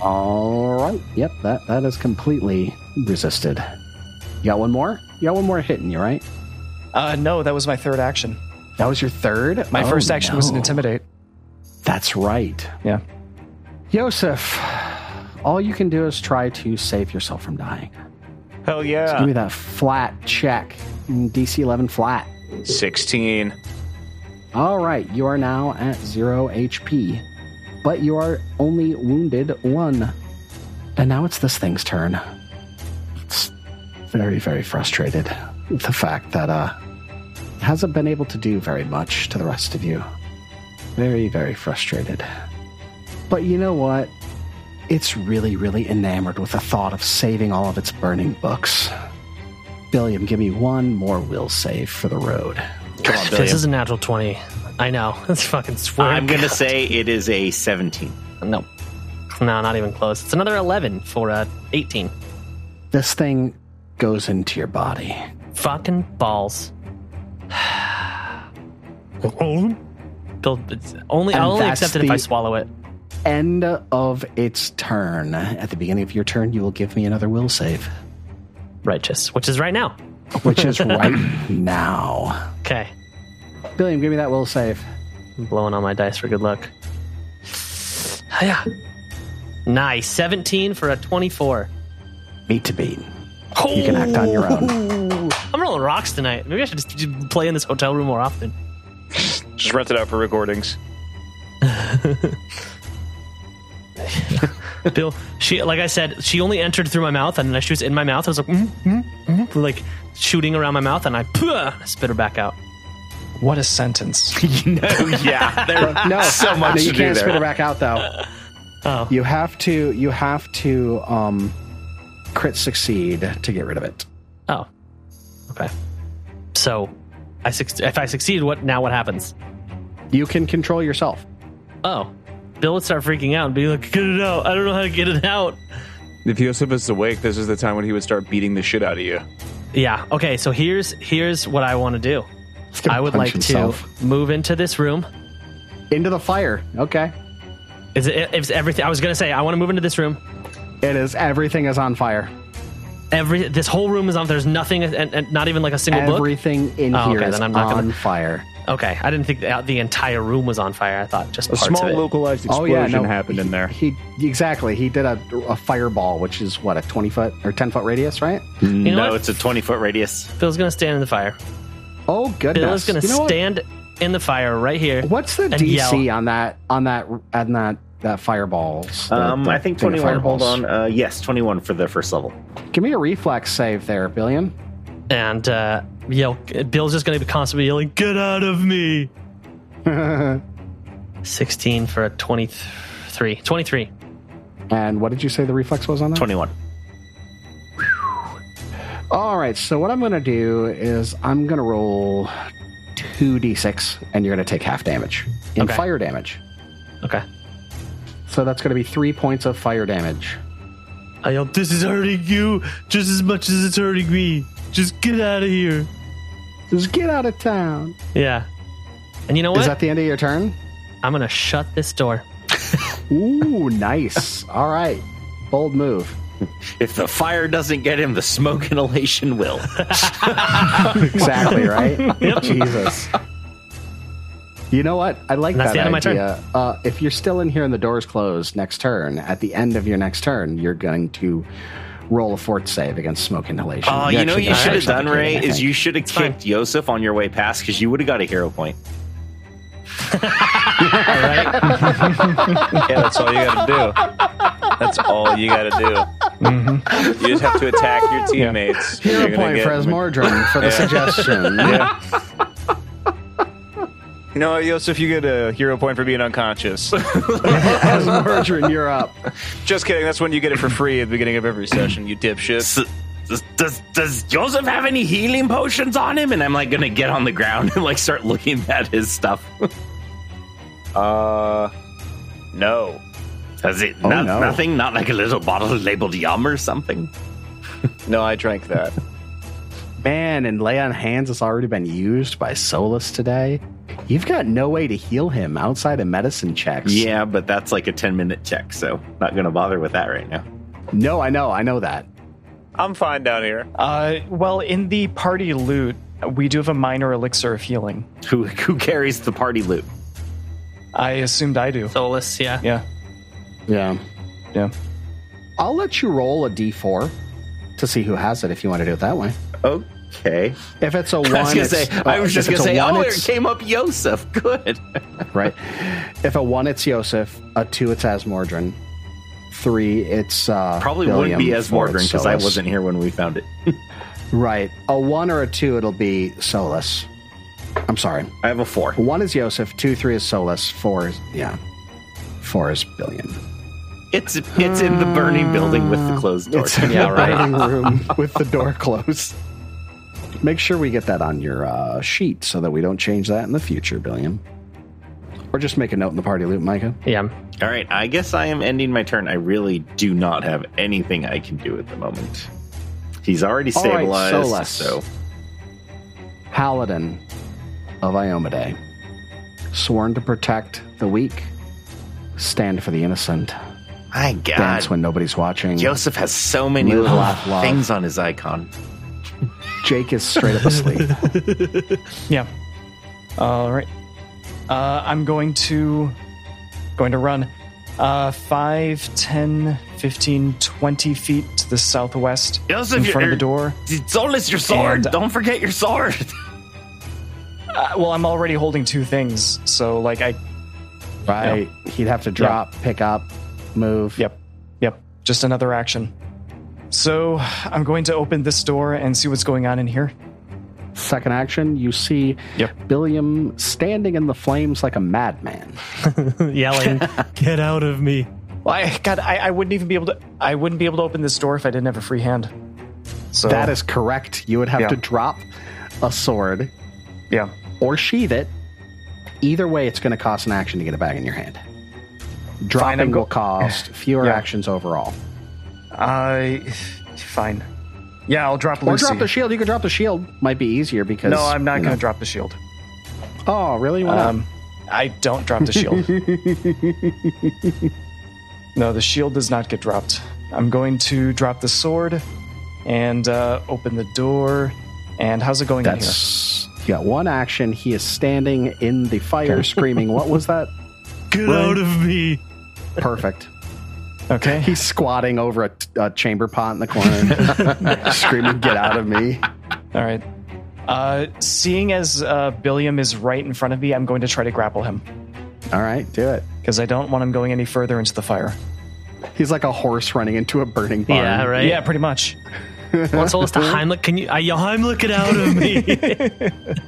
Speaker 2: All right. Yep, that, that is completely resisted. You got one more? You got one more hitting you, right?
Speaker 6: Uh, no, that was my third action.
Speaker 2: That was your third?
Speaker 6: My
Speaker 2: Oh,
Speaker 6: first action was an
Speaker 2: no.
Speaker 6: intimidate.
Speaker 2: That's right.
Speaker 6: Yeah.
Speaker 2: Yosef, all you can do is try to save yourself from dying.
Speaker 9: Hell
Speaker 2: So
Speaker 9: yeah.
Speaker 2: give me that flat check. DC 11 flat.
Speaker 9: 16.
Speaker 2: All right, you are now at zero HP, but you are only wounded one. And now it's this thing's turn. It's very, very frustrated with the fact that uh, it hasn't been able to do very much to the rest of you. Very, very frustrated. But you know what? It's really, really enamored with the thought of saving all of its burning books. Billiam, give me one more will save for the road.
Speaker 5: Come on,
Speaker 4: This
Speaker 5: Billiam.
Speaker 4: is a natural 20. I know. It's fucking swear.
Speaker 5: I'm going to say it is a 17.
Speaker 4: No. No, not even close. It's another 11 for a 18.
Speaker 2: this thing goes into your body.
Speaker 4: Fucking balls. Bill, it's only,
Speaker 2: And
Speaker 4: I'll only
Speaker 2: that's
Speaker 4: accept it if I
Speaker 2: the-
Speaker 4: swallow it.
Speaker 2: End of its turn. At the beginning of your turn, you will give me another will save.
Speaker 4: righteous, which is right now.
Speaker 2: which is right now.
Speaker 4: Okay.
Speaker 2: Billiam, give me that will save.
Speaker 4: I'm blowing all my dice for good luck. Yeah. Nice. 17 for a 24.
Speaker 2: Beat to beat. You can act on your own.
Speaker 4: I'm rolling rocks tonight. Maybe I should just just play in this hotel room more often.
Speaker 7: Just rent it out for recordings.
Speaker 4: Bill, she, like I said, she only entered through my mouth, and then she was in my mouth. I was like, mm, mm, mm, like shooting around my mouth, and I "Puh," spit her back out.
Speaker 6: What a sentence.
Speaker 5: yeah, there-
Speaker 2: No,
Speaker 5: So much
Speaker 2: no, you
Speaker 5: to do
Speaker 2: can't
Speaker 5: there.
Speaker 2: spit it back out though.
Speaker 4: Oh.
Speaker 2: You have to. You have to um, crit succeed to get rid of it.
Speaker 4: Oh, okay. So, I suc- if I succeed, what now? What happens?
Speaker 2: You can control yourself.
Speaker 4: Oh, Bill would start freaking out and be like, "Get it out! I don't know how to get it out."
Speaker 7: If Yosef is awake, this is the time when he would start beating the shit out of you.
Speaker 4: Yeah. Okay. So here's here's what I want to do. I would
Speaker 2: punch
Speaker 4: like
Speaker 2: himself.
Speaker 4: to move into this room.
Speaker 2: Into the fire. Okay.
Speaker 4: Is it? Is everything? I was gonna say I want to move into this room.
Speaker 2: It is. Everything is on fire.
Speaker 4: Every this whole room is on. There's nothing, and, and not even like a single book.
Speaker 2: Everything in
Speaker 4: Oh,
Speaker 2: here
Speaker 4: okay,
Speaker 2: is
Speaker 4: then I'm not
Speaker 2: on
Speaker 4: gonna-
Speaker 2: fire.
Speaker 4: Okay. I didn't think the, the entire room was on fire. I thought just
Speaker 7: A
Speaker 4: parts
Speaker 7: small
Speaker 4: of it.
Speaker 7: localized
Speaker 2: Oh,
Speaker 7: explosion
Speaker 2: yeah, no.
Speaker 7: happened in there.
Speaker 2: He exactly. He did a, a fireball, which is what a twenty foot or ten foot radius, right?
Speaker 4: know
Speaker 5: no,
Speaker 4: what?
Speaker 5: it's a 20 foot radius.
Speaker 4: Bill's gonna stand in the fire.
Speaker 2: Oh goodness!
Speaker 4: Bill is gonna
Speaker 2: You know what?
Speaker 4: stand in the fire right here.
Speaker 2: What's the
Speaker 4: and
Speaker 2: DC
Speaker 4: yell.
Speaker 2: on that? On that? On that? That fireballs. the-
Speaker 5: Um,
Speaker 2: the
Speaker 5: I think
Speaker 2: thing of
Speaker 5: 21. Hold
Speaker 2: fireballs.
Speaker 5: on. Uh, yes, 21 for the first level.
Speaker 2: Give me a reflex save there, Billion.
Speaker 4: and uh, yell. Bill's just going to be constantly yelling, "Get out of me!" Sixteen for a 23. 23.
Speaker 2: And what did you say the reflex was on that?
Speaker 5: 21.
Speaker 2: All right. So what I'm going to do is I'm going to roll two d6, and you're going to take half damage in
Speaker 4: Okay.
Speaker 2: fire damage.
Speaker 4: Okay.
Speaker 2: So that's going to be three points of fire damage.
Speaker 4: I yell, "This is hurting you just as much as it's hurting me. Just get out of here."
Speaker 2: Just get out of town.
Speaker 4: Yeah. And you know what?
Speaker 2: Is that the end of your turn?
Speaker 4: I'm going to shut this door.
Speaker 2: Ooh, nice. All right. Bold move.
Speaker 5: If the fire doesn't get him, the smoke inhalation will.
Speaker 2: Exactly, right? Jesus. You know what? I like
Speaker 4: And that's
Speaker 2: that
Speaker 4: the end of my
Speaker 2: idea. Uh, if you're still in here and the door's closed next turn, at the end of your next turn, you're going to roll a fort save against smoke inhalation.
Speaker 5: Oh, you know what
Speaker 2: actually
Speaker 5: you
Speaker 2: get
Speaker 5: should have done, Ray?
Speaker 2: suffocated, I
Speaker 5: Is
Speaker 2: think.
Speaker 5: you should have
Speaker 4: fine.
Speaker 5: kicked Yosef on your way past because you would have got a hero point.
Speaker 7: Yeah, that's all you gotta do. That's all you gotta do.
Speaker 9: You just have to attack your teammates.
Speaker 2: Mm-hmm. Hero
Speaker 9: You're gonna
Speaker 2: point
Speaker 9: get-
Speaker 2: for Esmordrum for the suggestion.
Speaker 7: No, Yosef, you get a hero point for being unconscious.
Speaker 2: Esmordrum, you're up.
Speaker 7: Just kidding. That's when you get it for free at the beginning of every session. You dipshit.
Speaker 5: S- Does, does, does Joseph have any healing potions on him? And I'm like gonna get on the ground and like start looking at his stuff.
Speaker 7: Uh, no.
Speaker 5: Does it
Speaker 2: Oh,
Speaker 5: not,
Speaker 2: no.
Speaker 5: nothing? Not like a little bottle labeled yum or something?
Speaker 7: No, I drank that.
Speaker 2: Man, and lay on hands has already been used by Solus today. You've got no way to heal him outside of medicine checks.
Speaker 5: Yeah, but that's like a 10 minute check, so not gonna bother with that right now.
Speaker 2: No, I know, I know that.
Speaker 7: I'm fine down here.
Speaker 6: Uh, well, in the party loot, we do have a minor elixir of healing.
Speaker 5: Who who carries the party loot?
Speaker 6: I assumed I do.
Speaker 4: Solus, yeah.
Speaker 6: Yeah,
Speaker 2: Yeah.
Speaker 6: yeah.
Speaker 2: I'll let you roll a d4 to see who has it if you want to do it that way.
Speaker 5: Okay.
Speaker 2: If it's a one,
Speaker 5: I was gonna
Speaker 2: it's-
Speaker 5: say I
Speaker 2: uh,
Speaker 5: was
Speaker 2: if
Speaker 5: just
Speaker 2: it's
Speaker 5: gonna
Speaker 2: a
Speaker 5: say,
Speaker 2: one,
Speaker 5: oh, there
Speaker 2: it's-
Speaker 5: came up Yosef. Good.
Speaker 2: right. If a one, it's Yosef. A two, it's Asmordran. Three, it's uh,
Speaker 5: Probably
Speaker 2: William.
Speaker 5: wouldn't be as
Speaker 2: Four,
Speaker 5: Morgan
Speaker 2: it's
Speaker 5: because I
Speaker 2: Solus.
Speaker 5: wasn't here when we found it.
Speaker 2: right. A one or a two, it'll be Solus. I'm sorry.
Speaker 5: I have a four.
Speaker 2: One is Yosef. Two, three is Solus. Four is yeah. Four is billion.
Speaker 5: It's it's in the burning building with the closed door.
Speaker 2: It's in
Speaker 4: Yeah,
Speaker 2: the
Speaker 4: right.
Speaker 2: writing room with the door closed. Make sure we get that on your uh, sheet so that we don't change that in the future, Billiam. Or just make a note in the party loop, Micah.
Speaker 4: Yeah.
Speaker 5: All right, I guess I am ending my turn. I really do not have anything I can do at the moment. He's already
Speaker 2: All right, Solus.
Speaker 5: stabilized, so
Speaker 2: Paladin of Iomade, sworn to protect the weak, stand for the innocent,
Speaker 5: My God.
Speaker 2: dance when nobody's watching.
Speaker 5: Joseph has so many
Speaker 2: Live,
Speaker 5: little
Speaker 2: laugh, love.
Speaker 5: things on his icon.
Speaker 2: Jake is straight up asleep.
Speaker 6: Yeah. All right. Uh, I'm going to going to run uh, 5, 10, 15, 20 feet to the southwest
Speaker 5: Yes,
Speaker 6: in
Speaker 5: if
Speaker 6: front of
Speaker 5: you're-
Speaker 6: the door.
Speaker 5: Sold is your sword.
Speaker 6: And-
Speaker 5: Don't forget your sword.
Speaker 6: Uh, well, I'm already holding two things, so like I
Speaker 2: Right. He'd have to drop, pick up, move.
Speaker 6: Yep. Yep. Just another action. So I'm going to open this door and see what's going on in here.
Speaker 2: Second action, you see
Speaker 6: Yep.
Speaker 2: Billiam standing in the flames like a madman.
Speaker 11: Yelling, get out of me.
Speaker 6: Well, I, God, I, I wouldn't even be able to. I wouldn't be able to open this door if I didn't have a free hand. So
Speaker 2: That is correct. You would have
Speaker 6: Yeah.
Speaker 2: to drop a sword
Speaker 6: yeah.
Speaker 2: or sheath it. Either way, it's going to cost an action to get it back in your hand. Dropping
Speaker 6: I'm go-
Speaker 2: will cost fewer
Speaker 6: Yeah.
Speaker 2: actions overall.
Speaker 6: I fine. Yeah, I'll drop
Speaker 2: Or
Speaker 6: Lucy.
Speaker 2: drop the shield. You could drop the shield. Might be easier because
Speaker 6: no, I'm not
Speaker 2: you
Speaker 6: going to
Speaker 2: know.
Speaker 6: drop the shield.
Speaker 2: Oh, really? Why not?
Speaker 6: Um, I don't drop the shield. no, the shield does not get dropped. I'm going to drop the sword and uh, open the door. And how's it going in here?
Speaker 2: That's you got one action. He is standing in the fire, screaming. What was that?
Speaker 11: Get out of me.
Speaker 2: Perfect.
Speaker 6: Okay.
Speaker 2: He's squatting over a, t- a chamber pot in the corner, screaming, "Get out of me!"
Speaker 6: All right. Uh, seeing as uh, Billiam is right in front of me, I'm going to try to grapple him
Speaker 2: All right, do it.
Speaker 6: because I don't want him going any further into the fire.
Speaker 2: He's like a horse running into a burning barn.
Speaker 4: Yeah, right.
Speaker 6: Yeah, pretty much.
Speaker 4: What's all this to Heimlich?
Speaker 11: Heimlich, can you? I yell, Heimlich, get out of me.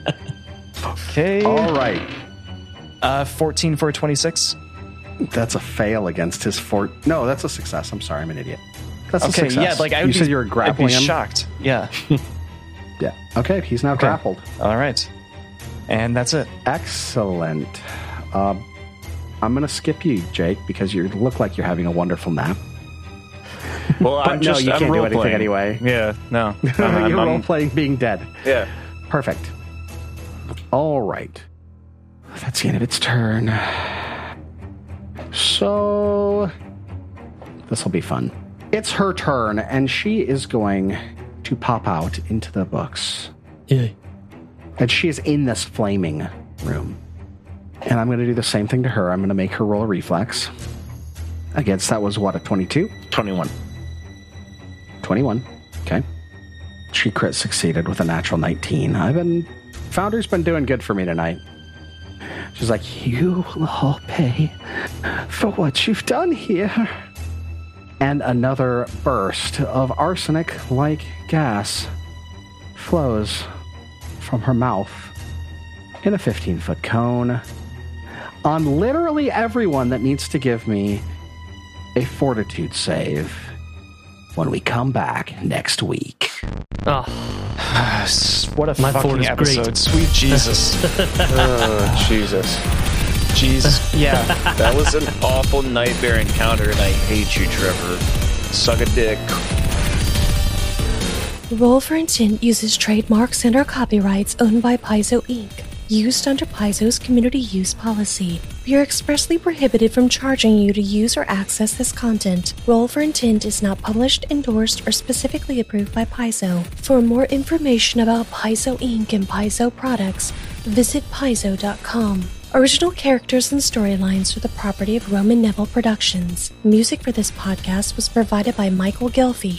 Speaker 6: Okay.
Speaker 2: All right,
Speaker 6: Uh, 14 for a 26.
Speaker 2: that's a fail against his fort. No, that's a success. I'm sorry, I'm an idiot. That's
Speaker 6: Okay,
Speaker 2: a success.
Speaker 6: yeah, like I
Speaker 2: you
Speaker 6: would be,
Speaker 2: said, you were
Speaker 6: I'd
Speaker 2: grappling
Speaker 6: be
Speaker 2: him.
Speaker 6: shocked. Yeah.
Speaker 2: Yeah. Okay, he's now grappled.
Speaker 6: All right. And that's it.
Speaker 2: Excellent. Uh, I'm gonna skip you, Jake, because you look like you're having a wonderful nap.
Speaker 3: Well,
Speaker 2: But
Speaker 3: I'm
Speaker 2: no,
Speaker 3: just
Speaker 2: you
Speaker 3: I'm
Speaker 2: can't do
Speaker 3: role
Speaker 2: anything
Speaker 3: playing.
Speaker 2: anyway.
Speaker 3: Yeah, no. I'm-
Speaker 2: you're
Speaker 3: Uh, I'm- I'm-
Speaker 2: role playing being dead.
Speaker 7: Yeah.
Speaker 2: Perfect. All right. That's the end of its turn. So, this will be fun. It's her turn, and she is going to pop out into the books.
Speaker 11: yeah.
Speaker 2: And she is in this flaming room. And I'm going to do the same thing to her. I'm going to make her roll a reflex. Against that was what, a 22?
Speaker 5: 21.
Speaker 2: 21. Okay. She crit succeeded with a natural 19. I've been. Founder's been doing good for me tonight. She's like, You will all pay for what you've done here. And another burst of arsenic like gas flows from her mouth in a 15 foot cone on literally everyone that needs to give me a fortitude save when we come back next week.
Speaker 4: Oh,
Speaker 6: What a
Speaker 4: My fort
Speaker 6: fucking
Speaker 4: is great.
Speaker 6: episode. Sweet Jesus.
Speaker 7: Oh, Jesus.
Speaker 6: Jesus. Yeah.
Speaker 7: That was an awful nightmare encounter, and I hate you, Trevor. Suck a dick.
Speaker 14: Roll for Intent uses trademarks and our copyrights owned by Paizo Inc., used under Paizo's community use policy. We are expressly prohibited from charging you to use or access this content. Roll for Intent is not published, endorsed, or specifically approved by Paizo. For more information about Paizo Inc. and Paizo products, visit paizo.com. Original characters and storylines are the property of Roman Neville Productions. Music for this podcast was provided by Michael Gilfie.